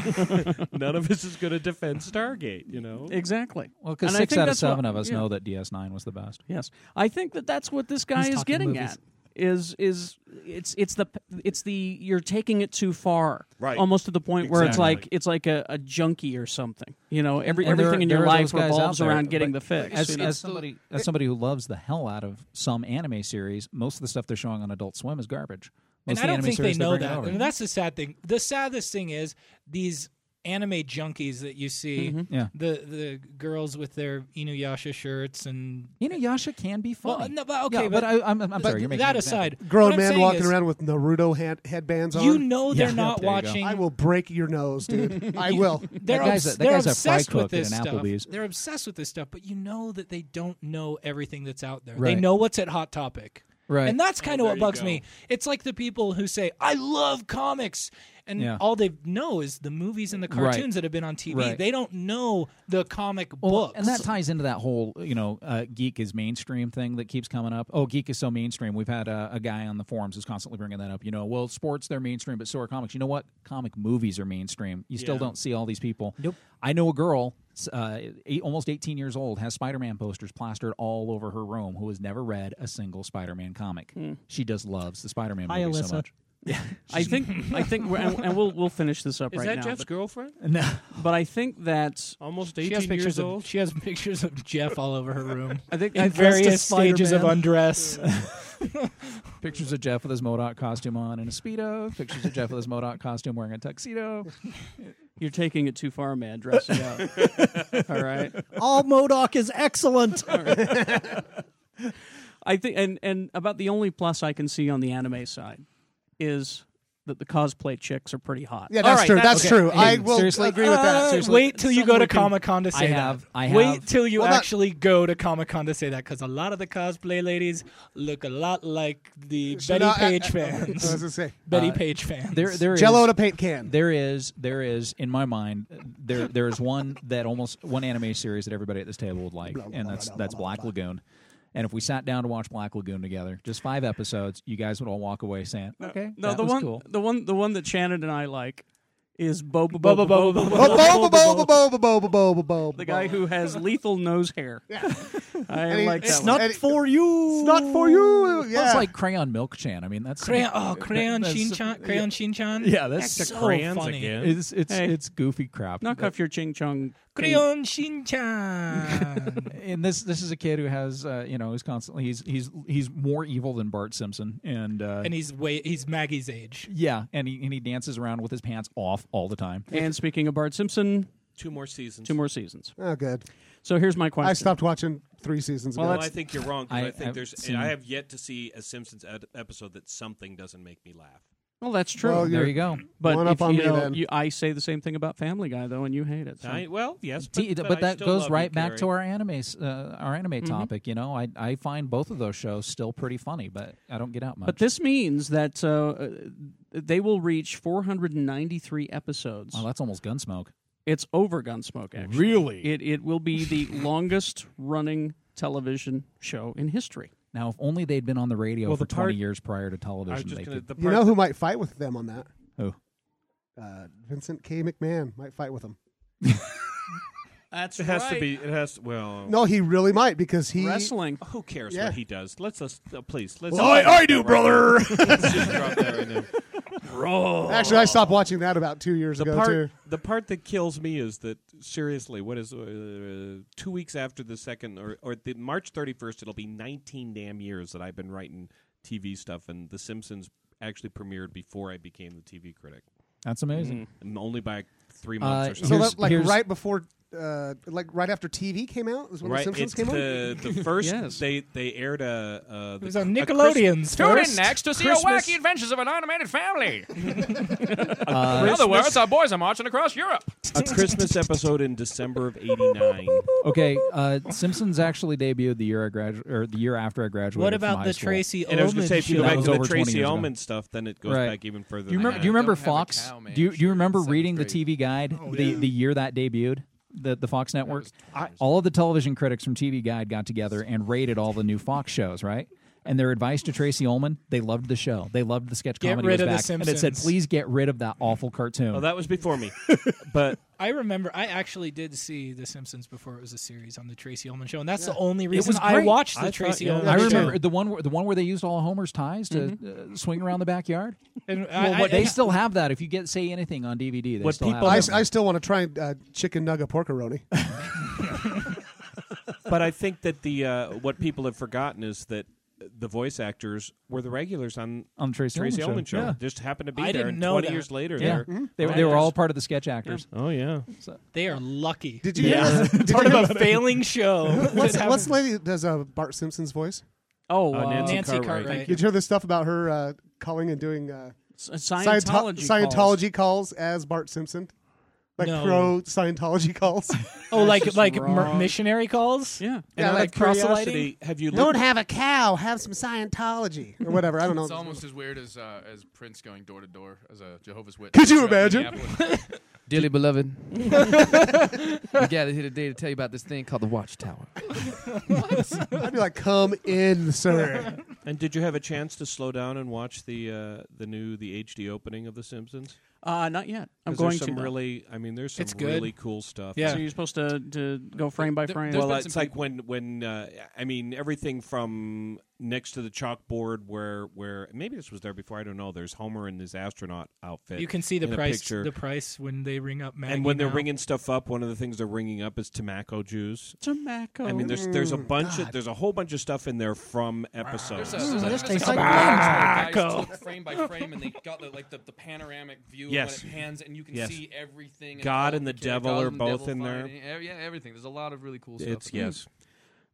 <laughs> none of us is gonna defend Stargate. You know
Exactly.
Well, because
And I
six
think
out of
that's what-
seven of us
yeah.
know that DS9 was the best.
Yes, I think that that's what this guy
He's
is
talking
getting
movies.
at. Is is it's it's the it's the you're taking it too far,
Right.
Almost to the point where it's
Exactly.
like it's like a, a junkie or something. You know, every
And there
everything
are-
in your
there are
life
those guys out
revolves
there,
around getting
but
the fix.
As,
you know?
as somebody, as somebody who loves the hell out of some anime series, most of the stuff they're showing on Adult Swim is garbage.
and
Most
I
of the
don't
anime
think they
series they're
know
bringing
that.
over.
And that's the sad thing. The saddest thing is these anime junkies that you see.
Mhm. Yeah.
The the girls with their Inuyasha shirts and
Inuyasha can be funny.
Well, no, but okay,
Yeah, but,
but-
I, I'm, I'm
but
sorry. You're making
that
an example.
aside,
Grown
What I'm
man
saying
walking
is-
around with Naruto hand, headbands on.
You know they're not
There you go.
watching-
I will break your nose,
<laughs>
dude. I
You-
will.
They're,
guy's
obs-
a- that
they're
guy's a fry
obsessed with
cook at
this
an
stuff.
Applebee's.
They're obsessed with this stuff, but you know that they don't know everything that's out there. They
Right.
know what's at Hot Topic.
Right.
And that's kind of
Oh, there
what
you
bugs
go.
me. It's like the people who say, I love comics. And
Yeah.
all they know is the movies and the
Right.
cartoons that have been on TV.
Right.
They don't know the comic
Well,
books.
and that ties into that whole, you know, uh, geek is mainstream thing that keeps coming up. Oh, geek is so mainstream. We've had uh, a guy on the forums who's constantly bringing that up. You know, well, sports they're mainstream, but so are comics. You know what? Comic movies are mainstream. You still
Yeah.
don't see all these people. Nope. I know a girl, s- uh, eight, almost 18 years old, has Spider-Man posters plastered all over her room who has never read a single Spider-Man comic.
Hmm.
She just loves the Spider-Man
Hi,
movies
Alyssa.
so much. <laughs>
I think I think we're, and, and we'll we'll finish this up
Is
right
that
now.
Jeff's
but-
girlfriend?
No,
but I think that's
almost
she
18
has
years
pictures
old.
of she
<laughs>
has pictures of Jeff all over her <laughs> room.
I think
in
I-
various
dressed as
stages of
Spider-Man.
undress.
<laughs> Pictures of Jeff with his Modoc costume on and a Speedo. Pictures of Jeff with his Modoc costume wearing a tuxedo.
<laughs> You're taking it too far, man. Dressing up. All right.
All Modoc is excellent.
I think, and and about the only plus I can see on the anime side is that the cosplay chicks are pretty hot.
Yeah, that's
All right,
true. That's true. I will
seriously
agree with that.
Uh,
Seriously.
Wait till you
Something
go to
we can-
Comic Con to say
I have-
that.
I
Wait
have-
till you
Well, that-
actually go to Comic Con to say that because a lot of the cosplay ladies look a lot like the
Should
Betty
I-
Page
I- I-
fans.
I was gonna say.
<laughs> Betty
Uh,
Page fans.
<laughs> There, there is-
Jell-O in a paint can.
There is, there is, in my mind, there, there is one that almost one anime series that everybody at this table would like, and that's that's Black Lagoon. And if we sat down to watch Black Lagoon together, just five
Oh,
episodes, you guys would all walk away saying, "Okay,
No,
that
the
was
one,
cool."
the one, the one that Shannon and I like is Boba
Boba
Boba
Boba Boba
Boba Boba Boba
Boba Boba Boba Boba.
The guy who has lethal nose hair. I
And he-
like
it's
that.
not
one.
for you. It's not for you.
Well,
Yeah.
it's like crayon milk-chan. I mean, that's
Crayon,
<laughs>
oh, crayon
that's-
Shin-chan, crayon Shin-chan.
Yeah, that's
so funny.
It's it's
Hey.
it's goofy crap.
Knock off your ching chong.
<laughs>
Crayon Shin-chan.
and this this is a kid who has uh, you know who's constantly he's he's he's more evil than Bart Simpson and uh,
and he's way he's Maggie's age.
yeah and he and he dances around with his pants off all the time.
And speaking of Bart Simpson,
Two more seasons.
two more seasons.
Oh, good.
So here's my question.
I stopped watching three seasons
Well,
ago.
I think you're wrong. 'cause I,
I-
think
I've
there's.
seen-
I have yet to see a Simpsons ed- episode that something doesn't make me laugh.
Well, that's true.
Well,
There
you're-
you go.
but
one
if,
up on
you
me
know,
then.
you- I say the same thing about Family Guy though, and you hate it. so-
I, well, yes, but,
T- but,
I
that
still
goes
love you, Mm-hmm.
right back to
Carrie.
our anime uh, our anime topic. You know, I I find both of those shows still pretty funny, but I don't get out much.
But this means that uh, uh, they will reach 493 episodes.
oh, that's almost gunsmoke.
It's over Gunsmoke, actually.
Really?
It, it will be the <laughs> longest running television show in history.
Now, if only they'd been on the radio
Well,
for
the part-
twenty years prior to
I was
television,
just
they
gonna.
could.
The part
you know who might fight with them on that?
Who?
Uh, Vincent K. McMahon might fight with them.
That's
that- it has to be. It has. Well,
No, he really might because he.
Wrestling.
Who cares
Yeah.
what he does? Let's us uh, please. Let's.
Well, I-
do, brother. <laughs> let's
<laughs>
just drop that right now.
Actually, I stopped watching that about two years
The
ago
part,
too.
the part that kills me is that seriously, what is uh, two weeks after the second or or the March thirty first? It'll be nineteen damn years that I've been writing TV stuff, and The Simpsons actually premiered before I became the TV critic, Mm-hmm.
That's amazing.
and only by three
Uh,
months or
So
something.
here's-
that, like
here's-
right before, uh, like right after TV came out, is when
right,
The Simpsons
it's
came out.
the
<laughs>
the first
Yes.
they they aired a. Uh,
It
the-
was on
a Chris-
Nickelodeon's first.
<laughs>
to see
Christmas-
adventures of an animated family.
Uh,
In other words, our boys are marching across Europe.
a Christmas episode in December of
<laughs>
'89.
okay, uh, Simpsons actually debuted the year I gradu- or the year after I graduated.
What
from
about
high
the
school.
Tracy
And I was going
Ullman
to say, if you
show?
go
That
back
was
to the
over 20
Tracy
years ago.
Ullman stuff, then it goes
Right.
back even further.
Do you
than
remember?
that.
Do you remember
Don't have a
Fox?
cow, man. Oh,
do you do you
Sure,
remember
seventh
reading
grade.
the TV Guide the, the year that debuted? The, the Fox Network.
I-
all of the television critics from TV Guide got together and rated all the new Fox shows, right? And their advice to Tracy Ullman, they loved the show. They loved the sketch
Get
comedy
rid
was
of The
back, and it said,
Simpsons.
"Please get rid of that awful cartoon."
Oh, that was before
<laughs>
me. but
I remember I actually did see The Simpsons before it was a series on the Tracy Ullman show, and that's the only reason
was
I
great.
watched
I
the
thought-
Tracy
yeah.
Ullman.
I
show.
remember the one where, the one where they used all Homer's ties to
Mm-hmm.
uh, swing around the backyard.
And I-
Well,
I-
what, they
and-
still have that. If you get say anything on DVD, they
What
still
people-
I,
have
s-
that.
I still want to try uh, chicken nugget porkeroni.
but I think that the uh, what people have forgotten is that the voice actors were the regulars on
on Tracy,
Tracy Ullman show.
Yeah.
Just happened to be
I
there.
didn't
and
know
Twenty
that.
years later,
Yeah.
there.
They, they were all part of the sketch actors.
Oh yeah.
they are lucky.
Did you?
<laughs>
guys-
<laughs>
did you
Part
hear-
of a
<laughs>
failing show.
what's,
that happened-
what's the lady that does uh, Bart Simpson's voice?
Oh,
Uh,
uh,
Nancy
Nancy
Cartwright.
Cartwright.
Did you hear this stuff about her uh, calling and doing uh,
S-
Sciento-
Scientology. calls.
Scientology calls as Bart Simpson? Like
No.
pro Scientology calls?
<laughs> oh, like
just
like mer-
wrong.
missionary calls.
Yeah.
Yeah,
out of
like
curiosity, have you looked?
have a cow, have some Scientology. Or whatever, I don't know.
It's almost as weird as uh, as Prince going door to door as a Jehovah's Witness.
Could you
throughout
imagine?
Minneapolis. Dearly beloved, we gathered here today to tell you about this thing called
<laughs>
the Watchtower.
<laughs> I'd be like, come in,
<laughs>
sir.
And did you have a chance to slow down and watch the uh, the new the HD opening of The Simpsons?
Uh, not yet. I'm
'Cause there's
going to.
some
though.
really. I mean, there's some
It's good.
really cool stuff.
Yeah.
So you're supposed to, to go frame by
There-
frame.
there's
well,
been
it's
some
like when when uh, I mean everything from next to the chalkboard where where maybe this was there before I don't know. There's Homer in his astronaut outfit.
You can see the
in a
price
picture.
the price when they ring up Maggie
and when they're
now.
ringing stuff up, one of the things they're ringing up is tobacco juice.
tobacco.
I mean, there's there's a bunch of there's a whole bunch of stuff in there from episodes.
There's a, there's a,
this
there's
tastes
a
like
guys took frame by frame, and they got the, like the, the panoramic view
Yes.
when it pans, and you can
Yes.
see everything.
God
all
and the
characters,
devil
God
are
and
both
devil
in there.
fighting, ev- Yeah, everything. There's a lot of really cool stuff.
it's
in there.
yes.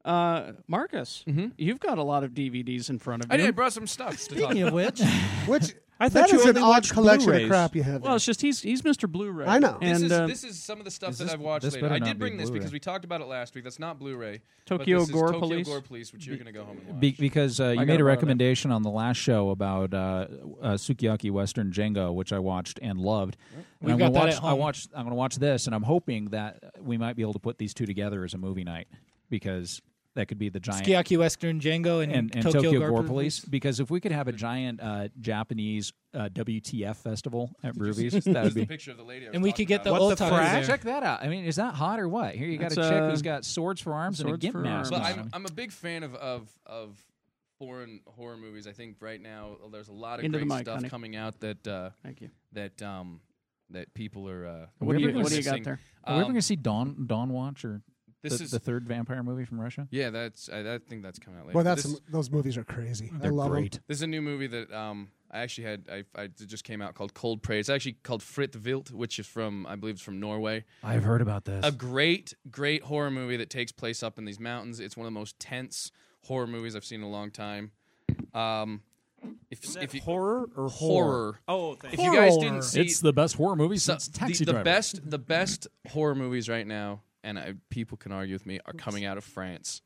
uh, Marcus, you've got a lot of DVDs in front of you.
Mm. I did.
<laughs>
I brought some stuff. to talk
Speaking of
about.
which,
<laughs>
<laughs>
Which,
I
that
thought you
is an
only
odd
watched
collection
Blu-rays.
of crap you have.
Well,
there.
it's just he's he's Mr. Blu-ray.
I know.
This
And
is,
uh,
this is some of the stuff
is
that
this-
I've watched
this
later.
better
I
not
did
be
bring this
Blu-ray.
because we talked about it last week. That's not Blu-ray. but
Tokyo
this is
Gore
Tokyo
Police.
Gore Police, which you're going to go home and watch.
Be- because uh, you
gotta
made
borrow
a
that.
recommendation on the last show about uh, uh, Sukiyaki Western Django, which I watched and loved. And
We've
I'm
got
gonna
that
watch,
at
I
home.
watched. I'm going to watch this, and I'm hoping that we might be able to put these two together as a movie night because That could be the giant
Skiaki Western Django and,
and, and
Tokyo,
Tokyo,
Gore
Gore
Police.
Police. Because if we could have a giant uh, Japanese uh, WTF festival at Ruby's,
Just
that would
<laughs>
be
the picture of the lady I was And we could get talking the about.
What
old timers
frack?
there.
Check that out. I mean, is that hot or what? Here you got a
That's,
chick
uh,
who's got swords for uh, arms and a gimp mask.
But
on.
I'm, I'm a big fan of, of of foreign horror movies. I think right now uh, there's a lot of
Into the
great
mic,
stuff
honey.
coming out that uh,
thank you
that um that people are. Uh,
What do you- what do you got
missing.
there? Are we ever
Um,
going to see Dawn Dawn Watch or
This
the,
is-
the third vampire movie from Russia?
yeah, that's I, I think that's coming out later.
Well, that's
This-
those movies are crazy. I
They're
love 'em.
great.
There's a new movie that um, I actually had. I, I it just came out called Cold Prey. It's actually called Frit Vilt, which is from I believe it's from Norway.
I've heard about this.
A great, great horror movie that takes place up in these mountains. It's one of the most tense horror movies I've seen in a long time. Um, if, if you,
horror or
horror?
horror? Oh, thank
if
you.
you guys
Horror.
didn't see,
It's the best horror movie
so-
since Taxi
the, the
Driver.
best, the best horror movies right now, and I, people can argue with me, are coming out of France.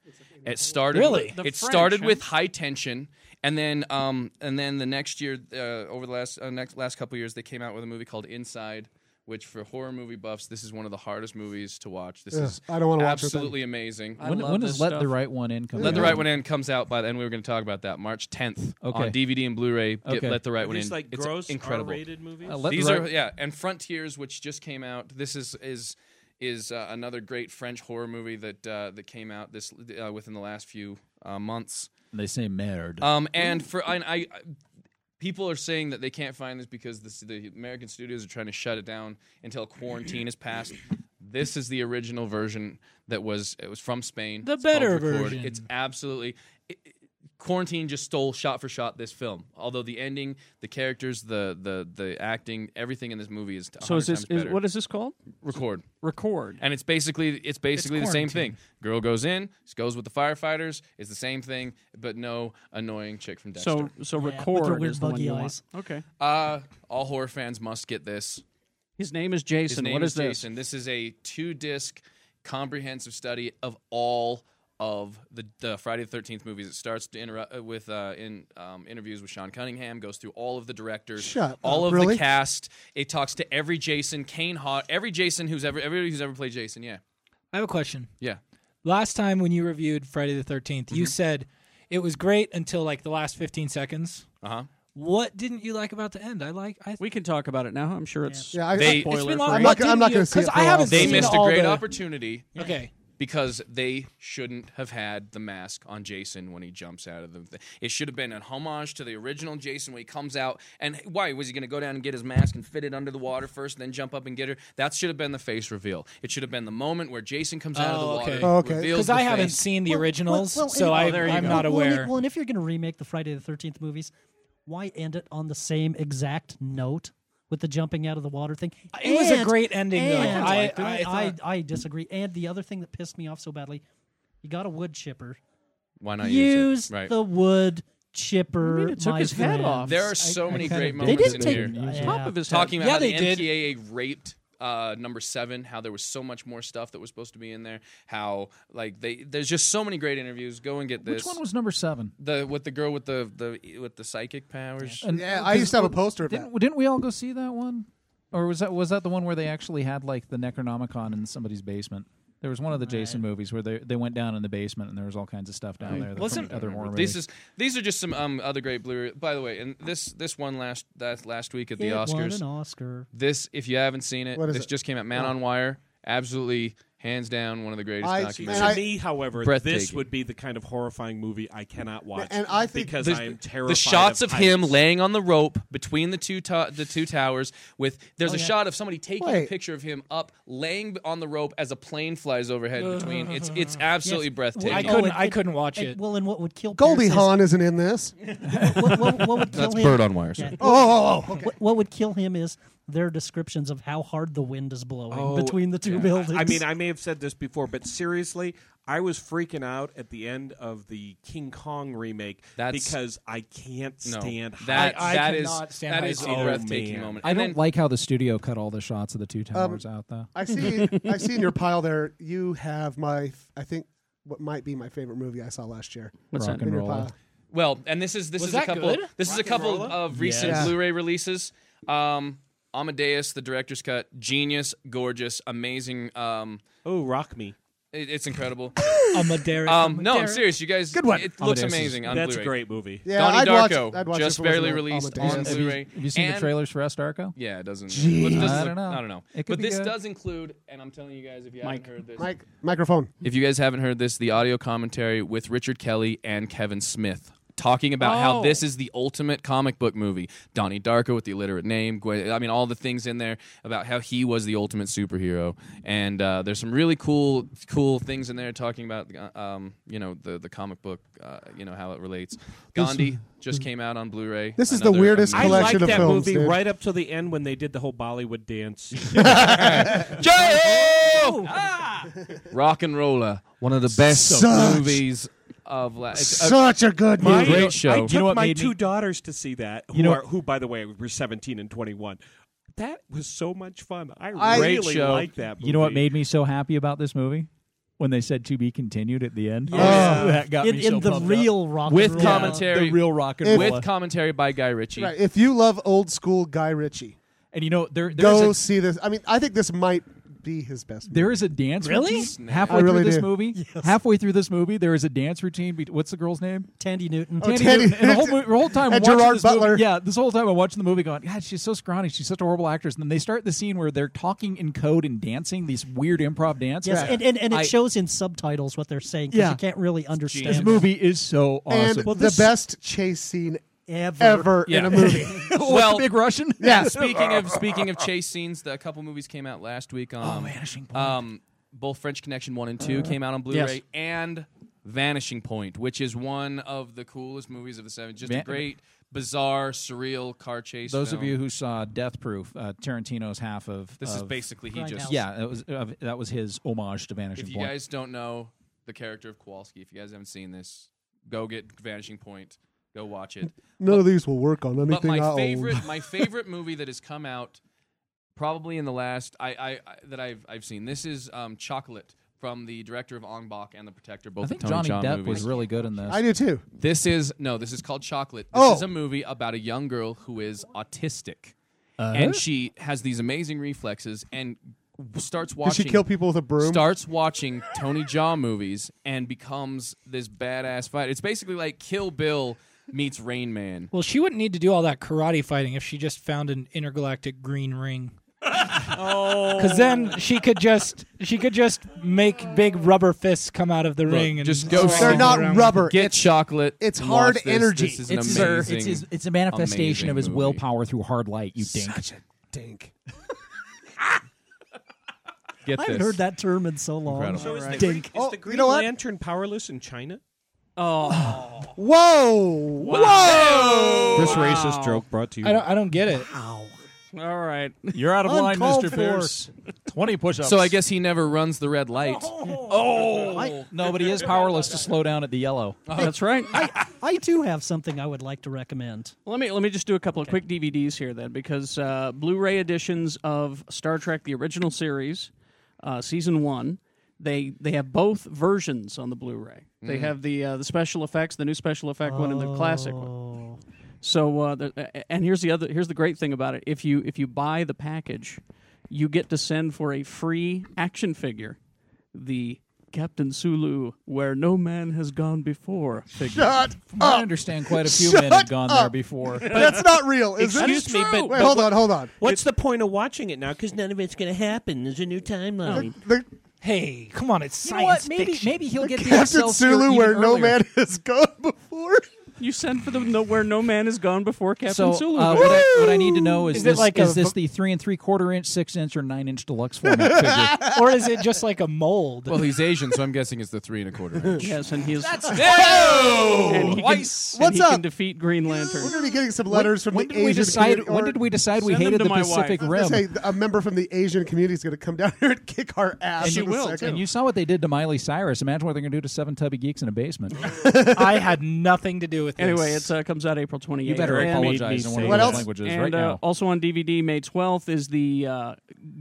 It started
Really?
With,
The
it
French,
started
huh?
with high tension, and then um, and then the next year, uh, over the last uh, next last couple years, they came out with a movie called Inside. Which for horror movie buffs, this is one of the hardest movies to watch. This
Ugh,
is
I don't wanna watch it then.
absolutely amazing.
When- when does Let the Right One In come?
Let the
out?
Right One In comes out by, the- and we were going to talk about that March 10th
Okay.
on DVD and Blu-ray. Get
Okay.
Let the Right
Are
One
these,
In.
like,
it's
gross
incredible.
R-rated movies? Uh, Let the
These
Right-
are yeah, and Frontiers, which just came out. This is is is uh, another great French horror movie that uh, that came out this uh, within the last few uh, months.
They say merde.
Um, and for and I, I- people are saying that they can't find this because this, the American studios are trying to shut it down until quarantine is passed. This is the original version that was it was from Spain.
The
It's called
better
Record.
version.
It's absolutely. It, it- Quarantine just stole shot for shot this film. Although the ending, the characters, the the the acting, everything in this movie is a
so
hundred
is this
times
is,
better.
what is this called
record
record
and it's basically it's basically the same
quarantine.
thing. Girl goes in, goes with the firefighters. It's the same thing, but no annoying chick from Dexter.
so so record is the one you want. okay
Uh, all horror fans must get this.
his name is
His
jason
name
what is,
is Jason. This? is a two-disc comprehensive study of all of the, the Friday the Thirteenth movies. It starts to interrupt with uh, in um, interviews with Sean Cunningham, goes through all of the directors,
Shut
all
up,
of
really?
the cast. It talks to every Jason, Kane Hawk, every Jason who's ever everybody who's ever played Jason. Yeah,
I have a question.
yeah.
Last time when you reviewed Friday the 13th, you said it was great until like the last 15 seconds.
Uh huh.
What didn't you like about the end? I like I
we can talk about it now i'm sure it's
Yeah, I-
They-
spoiler
It's been
free.
long-
I'm not, I'm not going to see it.
Because
for a
I
while.
haven't
They
seen
missed a
all
great
the-
opportunity.
Okay.
Because they shouldn't have had the mask on Jason when he jumps out of the thing. It should have been an homage to the original Jason when he comes out. And why? Was he going to go down and get his mask and fit it under the water first, then jump up and get her? That should have been the face reveal. It should have been the moment where Jason comes out of the
Oh,
water.
okay. Oh, okay.
reveals
'Cause
the
I haven't
face.
seen the originals,
well,
so
and-
I, I'm not
Well, and if-
aware.
Well, and if you're going to remake the Friday the 13th movies, why end it on the same exact note with the jumping out of the water thing?
It was a
And-
great ending, though.
and-
I-
I,
I
I-
thought-
I disagree. And the other thing that pissed me off so badly, you got a wood chipper.
Why not use,
Use
it? Right.
the wood chipper.
mean, it took
my
his head
friend.
off.
There are so
I
many great
kinda did.
They
moments in
didn't take
here.
the
top of his head.
talking about
Yeah,
how
they
the
did.
MPAA raped uh, number seven, how there was so much more stuff that was supposed to be in there, how like they there's just so many great interviews. Go and get this.
Which one was number seven?
the with the girl with the the with the psychic powers?
And-
Yeah, I used to have a poster of
Didn't, didn't we all go see that one? Or was that was that the one where they actually had like the Necronomicon in somebody's basement? There was one of the Jason movies where they they went down in the basement and there was all kinds of stuff down there. that-
wasn't-
from other horror
This
movies.
is these are just some um, other great Blu-ray. By the way, and this this one last that last week at the
It won
Oscars.
an Oscar.
This if you haven't seen it,
What is
this
it?
just came out. Man on Wire, absolutely hands down one of the greatest
I-
To
documentaries.
man, I-
me, however,
Breathtaking.
this would be the kind of horrifying movie I cannot watch.
And I think-
because
The-
I am terrified.
The shots of, him
heights.
laying on the rope between the two to- the two towers with there's
Oh,
a
yeah.
shot of somebody taking a
Wait.
picture of him up laying on the rope as a plane flies overhead between
<laughs>
it's it's absolutely breathtaking.
I couldn't- I couldn't watch it.
Well, and what would kill
Goldie
Pierce is-
Hawn isn't in this.
<laughs> what, what, what would kill
That's
him?
Bird on Wire,
Yeah.
sir.
<laughs> Oh, oh, oh, okay.
What, what would kill him is their descriptions of how hard the wind is blowing
Oh,
between the two
yeah.
buildings.
I mean, I may have said this before, but seriously, I was freaking out at the end of the King Kong remake
That's-
because I can't
no,
stand
that
heights.
I
that is
cannot stand
that
high
is a
school.
breathtaking
Oh, man.
moment.
I
And
don't
then-
like how the studio cut all the shots of the two towers out though.
Um, I see. I see in your pile there. You have my. I think what might be my favorite movie I saw last year.
What's Rock
In
and
your
roll.
pile.
Well, and this is this
Was
is a
that
couple.
good?
This is a couple
Rolla?
of recent
Yeah.
Blu-ray releases. Um, Amadeus, the director's cut, genius, gorgeous, amazing. Um,
Oh, rock me.
It, it's
<laughs>
incredible. <laughs>
Amadeus.
Um, no, I'm
Amadeus.
serious. You guys,
Good one.
It looks
Amadeus is-
amazing on
That's a
Blu-ray.
great movie.
Yeah,
Donnie
I'd watch-
Darko
I'd watch it
just
if it wasn't
barely
on
released
Amadeus.
on
Have you-
Blu-ray.
have you seen the
And-
trailers for S. Darko?
Yeah, it doesn't.
Jeez.
look- doesn't
I
look-
don't know.
I don't know.
It could
But
be
this
good.
does include, and I'm telling you guys, if you haven't heard this,
Mike, microphone.
If you guys haven't heard this, the audio commentary with Richard Kelly and Kevin Smith talking about
Oh.
how this is the ultimate comic book movie. Donnie Darko with the illiterate name. Gwen, I mean, all the things in there about how he was the ultimate superhero. And uh, there's some really cool, cool things in there talking about, uh, um, you know, the the comic book, uh, you know, how it relates.
This-
Gandhi just came out on Blu-ray.
This is the
Another
weirdest
amazing-
collection
I liked
of
that
films,
movie
dude.
right up to the end when they did the whole Bollywood
<laughs>
dance. <laughs>
Oh.
Oh.
Jai-ho! Rock and Roller, one of the best
Such-
movies of last.
My-
great show.
I took my two daughters to see that. Who
You know-
are who, by the way, were 17 and 21. That was so much fun. I,
I-
really like that. Movie.
You know what made me so happy about this movie? When they said to be continued at the end.
Oh,
Oh, <laughs> that got
in,
me
in
so
the
pumped up.
real rock and
with
roll.
commentary,
The real rock and roll.
with commentary by Guy Ritchie.
Right. If you love old school Guy Ritchie,
and you know there, there's
go
a-
see this. I mean, I think this might be his best.
There is a dance
Really?
routine halfway
I really
through this
do. <laughs>
movie. Halfway through this movie, there is a dance routine. Be- what's the girl's name?
Tandy Newton.
Tandy, Newton. And the whole, mo- the whole time, I'm
Oh, and
watching
Gerard
this movie-
Butler.
yeah, this whole time I'm watching the movie, going, God, she's so scrawny. She's such a horrible actress. And then they start the scene where they're talking in code and dancing these weird improv dances.
Yes, and, and, and it
I-
shows in subtitles what they're saying because
Yeah.
you can't really understand.
This
it.
movie is so awesome.
And the best chase scene
ever,
in a
<laughs>
<laughs>
movie.
well,
<laughs>
<laughs>
Yeah.
Speaking of speaking of chase scenes, the, a couple movies came out last week. On,
Oh, Vanishing
Point. Um, both French Connection one and two
Uh,
came out on Blu-ray,
yes.
and Vanishing Point, which is one of the coolest movies of the seven. Just a
Van-
great, bizarre, surreal car chase.
Those of
film.
you who saw Death Proof, uh, Tarantino's half of
This is
of-
basically he just-
yeah. It was uh, that was his homage to Vanishing
if you
Point.
guys don't know the character of Kowalski, if you guys haven't seen this, go get Vanishing Point. Go watch it.
None of these will work on anything.
But my
I own.
favorite, my favorite movie that has come out probably in the last I, I, I that I've I've seen. This is um, Chocolate from the director of Ong Bak and The Protector, both
I think
the Tony
Johnny
John
Depp
movies.
was really good in this.
I do too.
This is no, this is called Chocolate. This
Oh.
is a movie about a young girl who is autistic,
Uh-huh.
and she has these amazing reflexes and starts
Did she
watching.
kill people with a broom?
Starts watching Tony Jaa movies and becomes this badass fighter. It's basically like Kill Bill meets Rain Man.
Well, she wouldn't need to do all that karate fighting if she just found an intergalactic green ring.
Oh,
Because then she could just she could just make big rubber fists come out of the
Look,
ring and
just go.
swing
see
them
it.
around.
Get chocolate.
it's
and
hard
watch this.
energy.
This is an
it's,
amazing,
it's, his, it's a manifestation of his
amazing movie.
willpower through hard light. You dink.
Such a dink.
Get
I
this.
haven't heard that term in so long.
Incredible.
So is the, Green,
Dink.
is the Green Lantern powerless in China?
Oh.
<sighs> Whoa!
Whoa!
This racist joke brought to you.
I don't I don't get it.
All right.
You're out
of line, Uncalled Mr. for. Pierce.
<laughs>
Twenty push-ups. <laughs>
So I guess he never runs the red light.
Oh no, but he is powerless to slow down at the yellow.
<laughs>
That's right.
I, I do have something I would like to recommend.
Let me let me just do a couple of quick DVDs here then, because uh, Blu-ray editions of Star Trek: The Original Series, uh, Season One, they they have both versions on the Blu-ray. They
Mm.
have the uh, the special effects, the new special effect one, and the classic one. So, uh, the, and here's the other here's the great thing about it: if you if you buy the package, you get to send for a free action figure, the Captain Sulu, where no man has gone before. Figure.
Shut
I
up.
understand quite a few
Shut
men have gone there
up. <laughs>
before.
That's not real, is it?
Excuse me, but,
Wait, hold
but
on, hold on.
What's the point of watching it now?
Because none of it's going to happen. There's a new timeline.
hey, come on, it's
You know what?
science
Maybe-
fiction.
maybe he'll get the
Captain Sulu, where no man has gone before.
You send for the no, where no man has gone before Captain
So
Sulu.
uh, what, I, what I need to know is,
Is it
this:
like
is
a-
this the three and three quarter inch, six inch, or nine inch deluxe format figure?
or is it just like a mold?
<laughs> Well, he's Asian, so I'm guessing it's the three and a quarter inch.
<laughs> yes, and he is.
That's-
Whoa!
And he
Twice!
Can,
What's
and he
up?
Can defeat Green
<laughs>
Lantern.
We're going to be getting some letters from
when
the
did we
Asian
decide-
community-
when
or-
did we decide we
Send them
hated
to
the
my
Pacific
wife.
I was
Rim?
gonna say, a member from the Asian community is going to come down <laughs> here and kick our ass.
And
in
you
a
will,
second.
And you saw what they did to Miley Cyrus. Imagine what they're going to do to seven tubby geeks in
<laughs>
a basement.
I had nothing to do with this.
Anyway, it uh, comes out April 28th.
You better
And-
apologize in one of
What
those
else?
languages
and,
right
uh,
now.
Also on DVD, May 12th is the uh,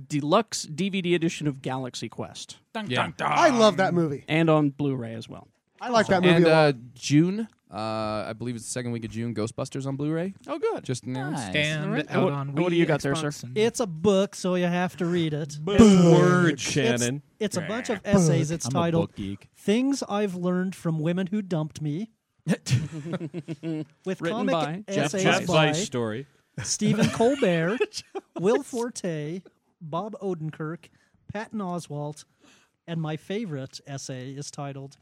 deluxe DVD edition of Galaxy Quest.
Yeah. dun, dun.
I love that movie.
And on Blu-ray as well.
I like that movie
And
a lot.
uh, June, uh, I believe it's the second week of June. Ghostbusters on Blu-ray.
Oh, good.
Just announced.
Nice. And All right. out on
what do you got there, sir?
Mm-hmm. It's a book, so you have to read it.
Word,
It's-
Shannon.
It's, a bunch of
Book.
essays. It's
I'm a
titled
book geek.
"Things I've Learned from Women Who Dumped
<laughs>
Me." with
Written
comic
by Jeff
essays
Jeff
by
Weiss story. <laughs>
Stephen Colbert, Will Forte, Bob Odenkirk, Patton Oswalt, and my favorite essay is titled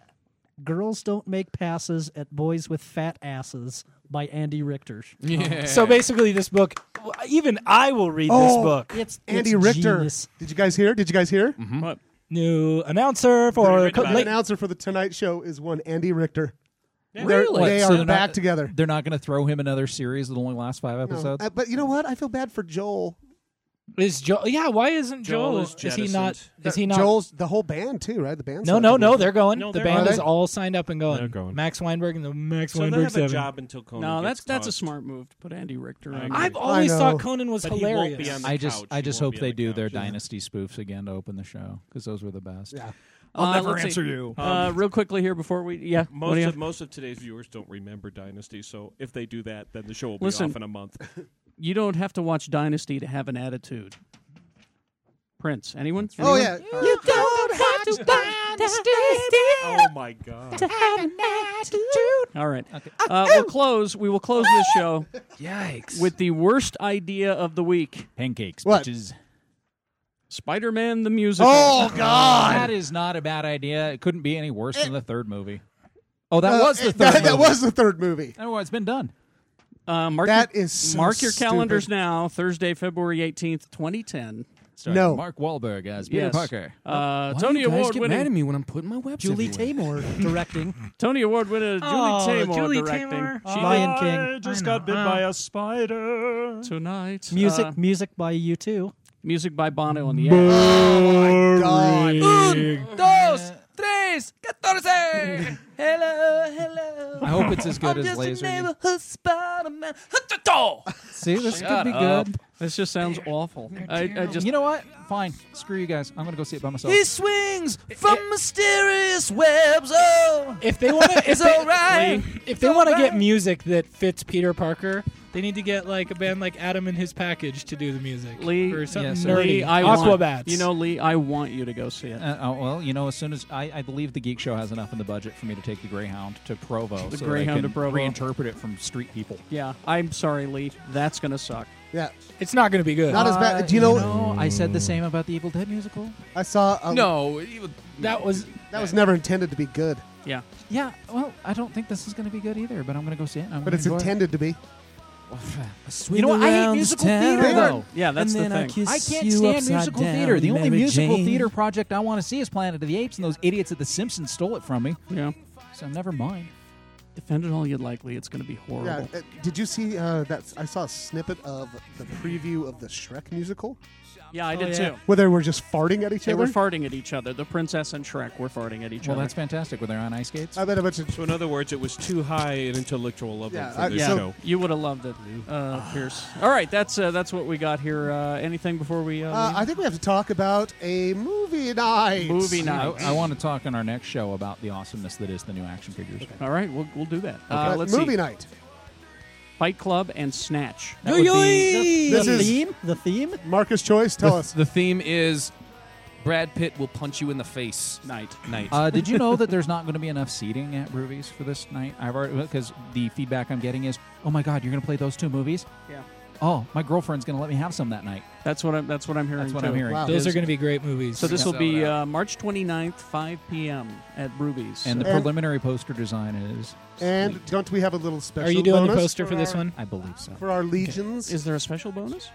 "Girls Don't Make Passes at Boys with Fat Asses" by Andy Richter.
Yeah. So basically, this book, even I will read this
Oh,
book.
It's-
Andy Richter.
genius.
Did you guys hear? Did you guys hear?
Mm-hmm.
What? New announcer for
the
late
announcer for the Tonight Show is one Andy Richter.
Yeah.
They're-
Really?
They
So
are
they're not-
back together.
They're not going to throw him another series that only lasts five
No,
episodes.
I- but you know what? I feel bad for Joel.
Is Joel? Yeah. Why isn't Joel?
Joel
Is,
is
he not?
jettisoned.
Is he not?
Joel's the whole band too, right? The band.
no, no, no. They're going. the
they're
band
not.
is all signed up and going.
They're going.
Max Weinberg and the Max
So they
Weinberg
have a
Seven.
job until Conan
no, that's
gets
that's a
tossed.
smart move to put Andy Richter on.
I've always thought Conan was
But he won't
hilarious.
be on the
I just,
couch.
I
He
just
won't
hope
be on
they
the
do
couch.
their
Yeah.
dynasty spoofs again to open the show because those were the best. Oh, Yeah.
Uh, let's see. Uh,
Um,
real quickly here before we yeah. what do
Most
you-
of most of today's viewers don't remember Dynasty, so if they do that, then the show will be
Listen,
off in a month.
<laughs> you don't have to watch Dynasty to have an attitude. Prince, anyone?
Oh
Anyone?
yeah.
You don't have to buy the
Oh my god.
To have an attitude.
All right.
Ah,
Uh, we'll close. We will close this
<laughs>
show.
Yikes.
With the worst idea of the week.
Pancakes, bitches.
Spider-Man the musical.
Oh,
That is not a bad idea. It couldn't be any worse than the third movie. Oh, that
Uh,
was
<laughs>
the
it-
third.
that-
movie.
that was the third movie.
Oh, it's been done.
Uh, mark
That
your,
is so
mark your
stupid.
calendars now. Thursday, February eighteenth, twenty ten.
Starring
No.
Mark Wahlberg as Peter
Yes.
Parker.
Why
Uh,
do
Tony
you guys
Award
get
winning.
mad at me when I'm putting my webs
Julie
everywhere?
Taymor directing.
Tony Award winner Julie
Oh,
Taymor
Julie
directing.
Taymor.
She
Lion
did- Uh.
King.
I just got bit by a spider.
tonight.
Music,
Uh,
music by you too.
music by Bono on the air.
Oh
Dos, tres, catorce. hello, hello.
I hope it's as good as Laser.
Spider-Man.
See, this
Shut
could be
up.
good.
This just sounds awful. I, I just
You know what? Fine. Screw you guys. I'm gonna go see it by myself.
He swings from mysterious webs. Oh,
If they want to,
It's alright.
If they want to get music that fits Peter Parker, they need to get like a band like Adam and his package to do the music.
Lee,
or something
Yes, sir.
nerdy.
Lee, I want-
Aquabats.
you know, Lee, I want you to go see it.
Uh, oh, well, you know, as soon as I, I believe the Geek Show has enough in the budget for me to take the Greyhound to Provo, so
The
that I
Greyhound
can
to Provo.
reinterpret it from street people.
Yeah, I'm sorry, Lee. That's gonna suck. Uh,
Yeah.
it's not going to be good.
Not as bad. Do you know?
I said the same about the Evil Dead musical.
I saw. A,
No, you-
that was
That was never intended to be good,
Yeah.
Yeah, well, I don't think this is going to be good either, but I'm going to go see it. and I'm
but
gonna
it's
enjoy it.
intended to be.
You know what? I hate
around
musical
this town.
theater
Yeah.
though.
Yeah, that's
And
the
then I
thing.
kiss
I can't
you
stand
upside
musical
down,
theater. The only
Mary
musical
Jane.
theater project I want to see is Planet of the Apes, and those idiots at The Simpsons stole it from me.
Yeah.
So never mind.
Defend it all you'd like, Lee. It's gonna be horrible.
Yeah. uh, Did you see uh, that? I saw a snippet of the preview of the Shrek musical
Yeah, I
Oh,
did
yeah.
too.
where they were just farting at each
They
other.
were farting at each other. The princess and Shrek were farting at each
Well,
other.
that's fantastic. Were they on ice skates?
I bet a bunch of.
So in other words, it was too high an intellectual level
Yeah,
for
I-
this
yeah,
show.
you would have loved it,
Ah.
uh, Pierce. All right, that's uh, that's what we got here. Uh, anything before we? Uh,
Uh,
leave?
I think we have to talk about a movie night.
Movie night.
I, I want to talk on our next show about the awesomeness that is the new action figures.
all right, we'll we'll do that.
Uh,
Uh, let's
movie
see.
night.
Fight Club and Snatch.
That would be-
The,
This
the
is-
theme, the theme.
Marcus Choice, tell
the,
us.
The theme is Brad Pitt will punch you in the face.
Night.
Night.
Uh, did you know that there's not going to be enough seating at Ruby's for this night? I've already because the feedback I'm getting is, oh my god, you're going to play those two movies?
Yeah.
Oh, my girlfriend's going to let me have some that night.
That's what I'm. That's what I'm hearing.
That's what
too.
I'm hearing.
Wow.
those
Is-
are going to be great movies.
So this will
Sold
be
out.
uh, March 29th, 5 p.m. at Ruby's.
And the
So-
And-
preliminary poster design is,
And don't we have a little special?
are you doing the
bonus
poster for this
our-
one?
I believe so.
For our legions,
is there a special bonus?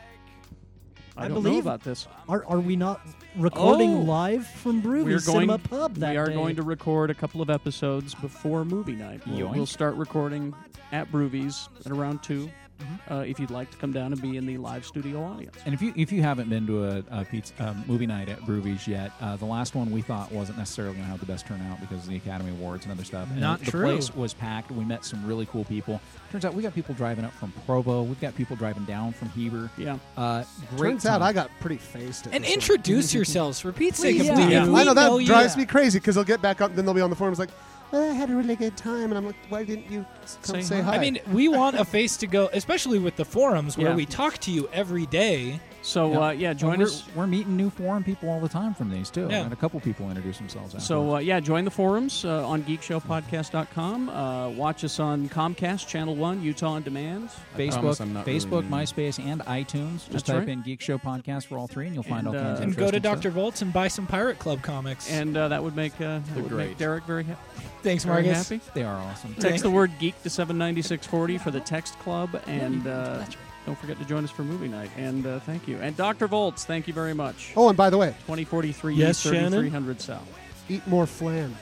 I
I, don't know
believe-
about this.
Are are we not recording
Oh.
live from Brewby
We're going.
Cinema Pub that
we are
day?
going to record a couple of episodes before movie night. We'll,
Yoink.
we'll start recording at Broovies at around 2
Mm-hmm.
Uh, if you'd like to come down and be in the live studio audience,
And if you if you haven't been to a, a pizza um, movie night at Ruby's yet, uh, the last one we thought wasn't necessarily going to have the best turnout because of the Academy Awards and other stuff. And
Not
the
true.
place was packed. We met some really cool people. Turns out we got people driving up from Provo. We've got people driving down from Heber.
yeah.
Uh, great
turns
time.
out I got pretty faced. At
And
this one.
introduce yourselves. Repeat sake
Please,
of Lee.
yeah.
If
Yeah.
we oh,
I know that
you-
drives me crazy because they'll get back up, then they'll be on the forums like, "Well, I had a really good time, and I'm like, why didn't you s- come say, hi?
I mean, we want a face to go, especially with the forums where
Yeah. uh,
we talk to you every day.
So uh,
And we're, We're meeting new forum people all the time from these too,
Yeah.
and a couple people introduce themselves.
So uh, yeah, join the forums uh, on geekshowpodcast.com. Uh, watch us on Comcast Channel One, Utah on Demand,
Facebook, Facebook, MySpace, and iTunes.
That's
Just type
right.
in Geek Show Podcast for all three, and you'll find
And,
all
uh,
kinds of
And go to
interesting stuff.
Dr. Volts and buy some Pirate Club comics.
and uh, that would make uh, that
They're
would
great.
make Derek very happy.
Thanks,
very
Marcus.
Happy.
They are awesome.
Text the word geek to seven ninety six forty for the text club, and uh, don't forget to join us for movie night. And uh, thank you, and Doctor Volts, thank you very much.
oh, and by the way,
Twenty forty three,
Yes, Shannon?
thirty three hundred south.
eat more flan.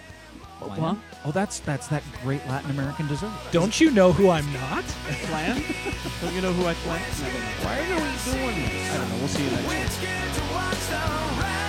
Huh?
Oh, that's that's that great Latin American dessert.
Don't you know who I'm not?
Plan? <laughs> Don't you know who I plan? Why are you doing this? I don't know. We'll see you next week.
It's good to watch the ride.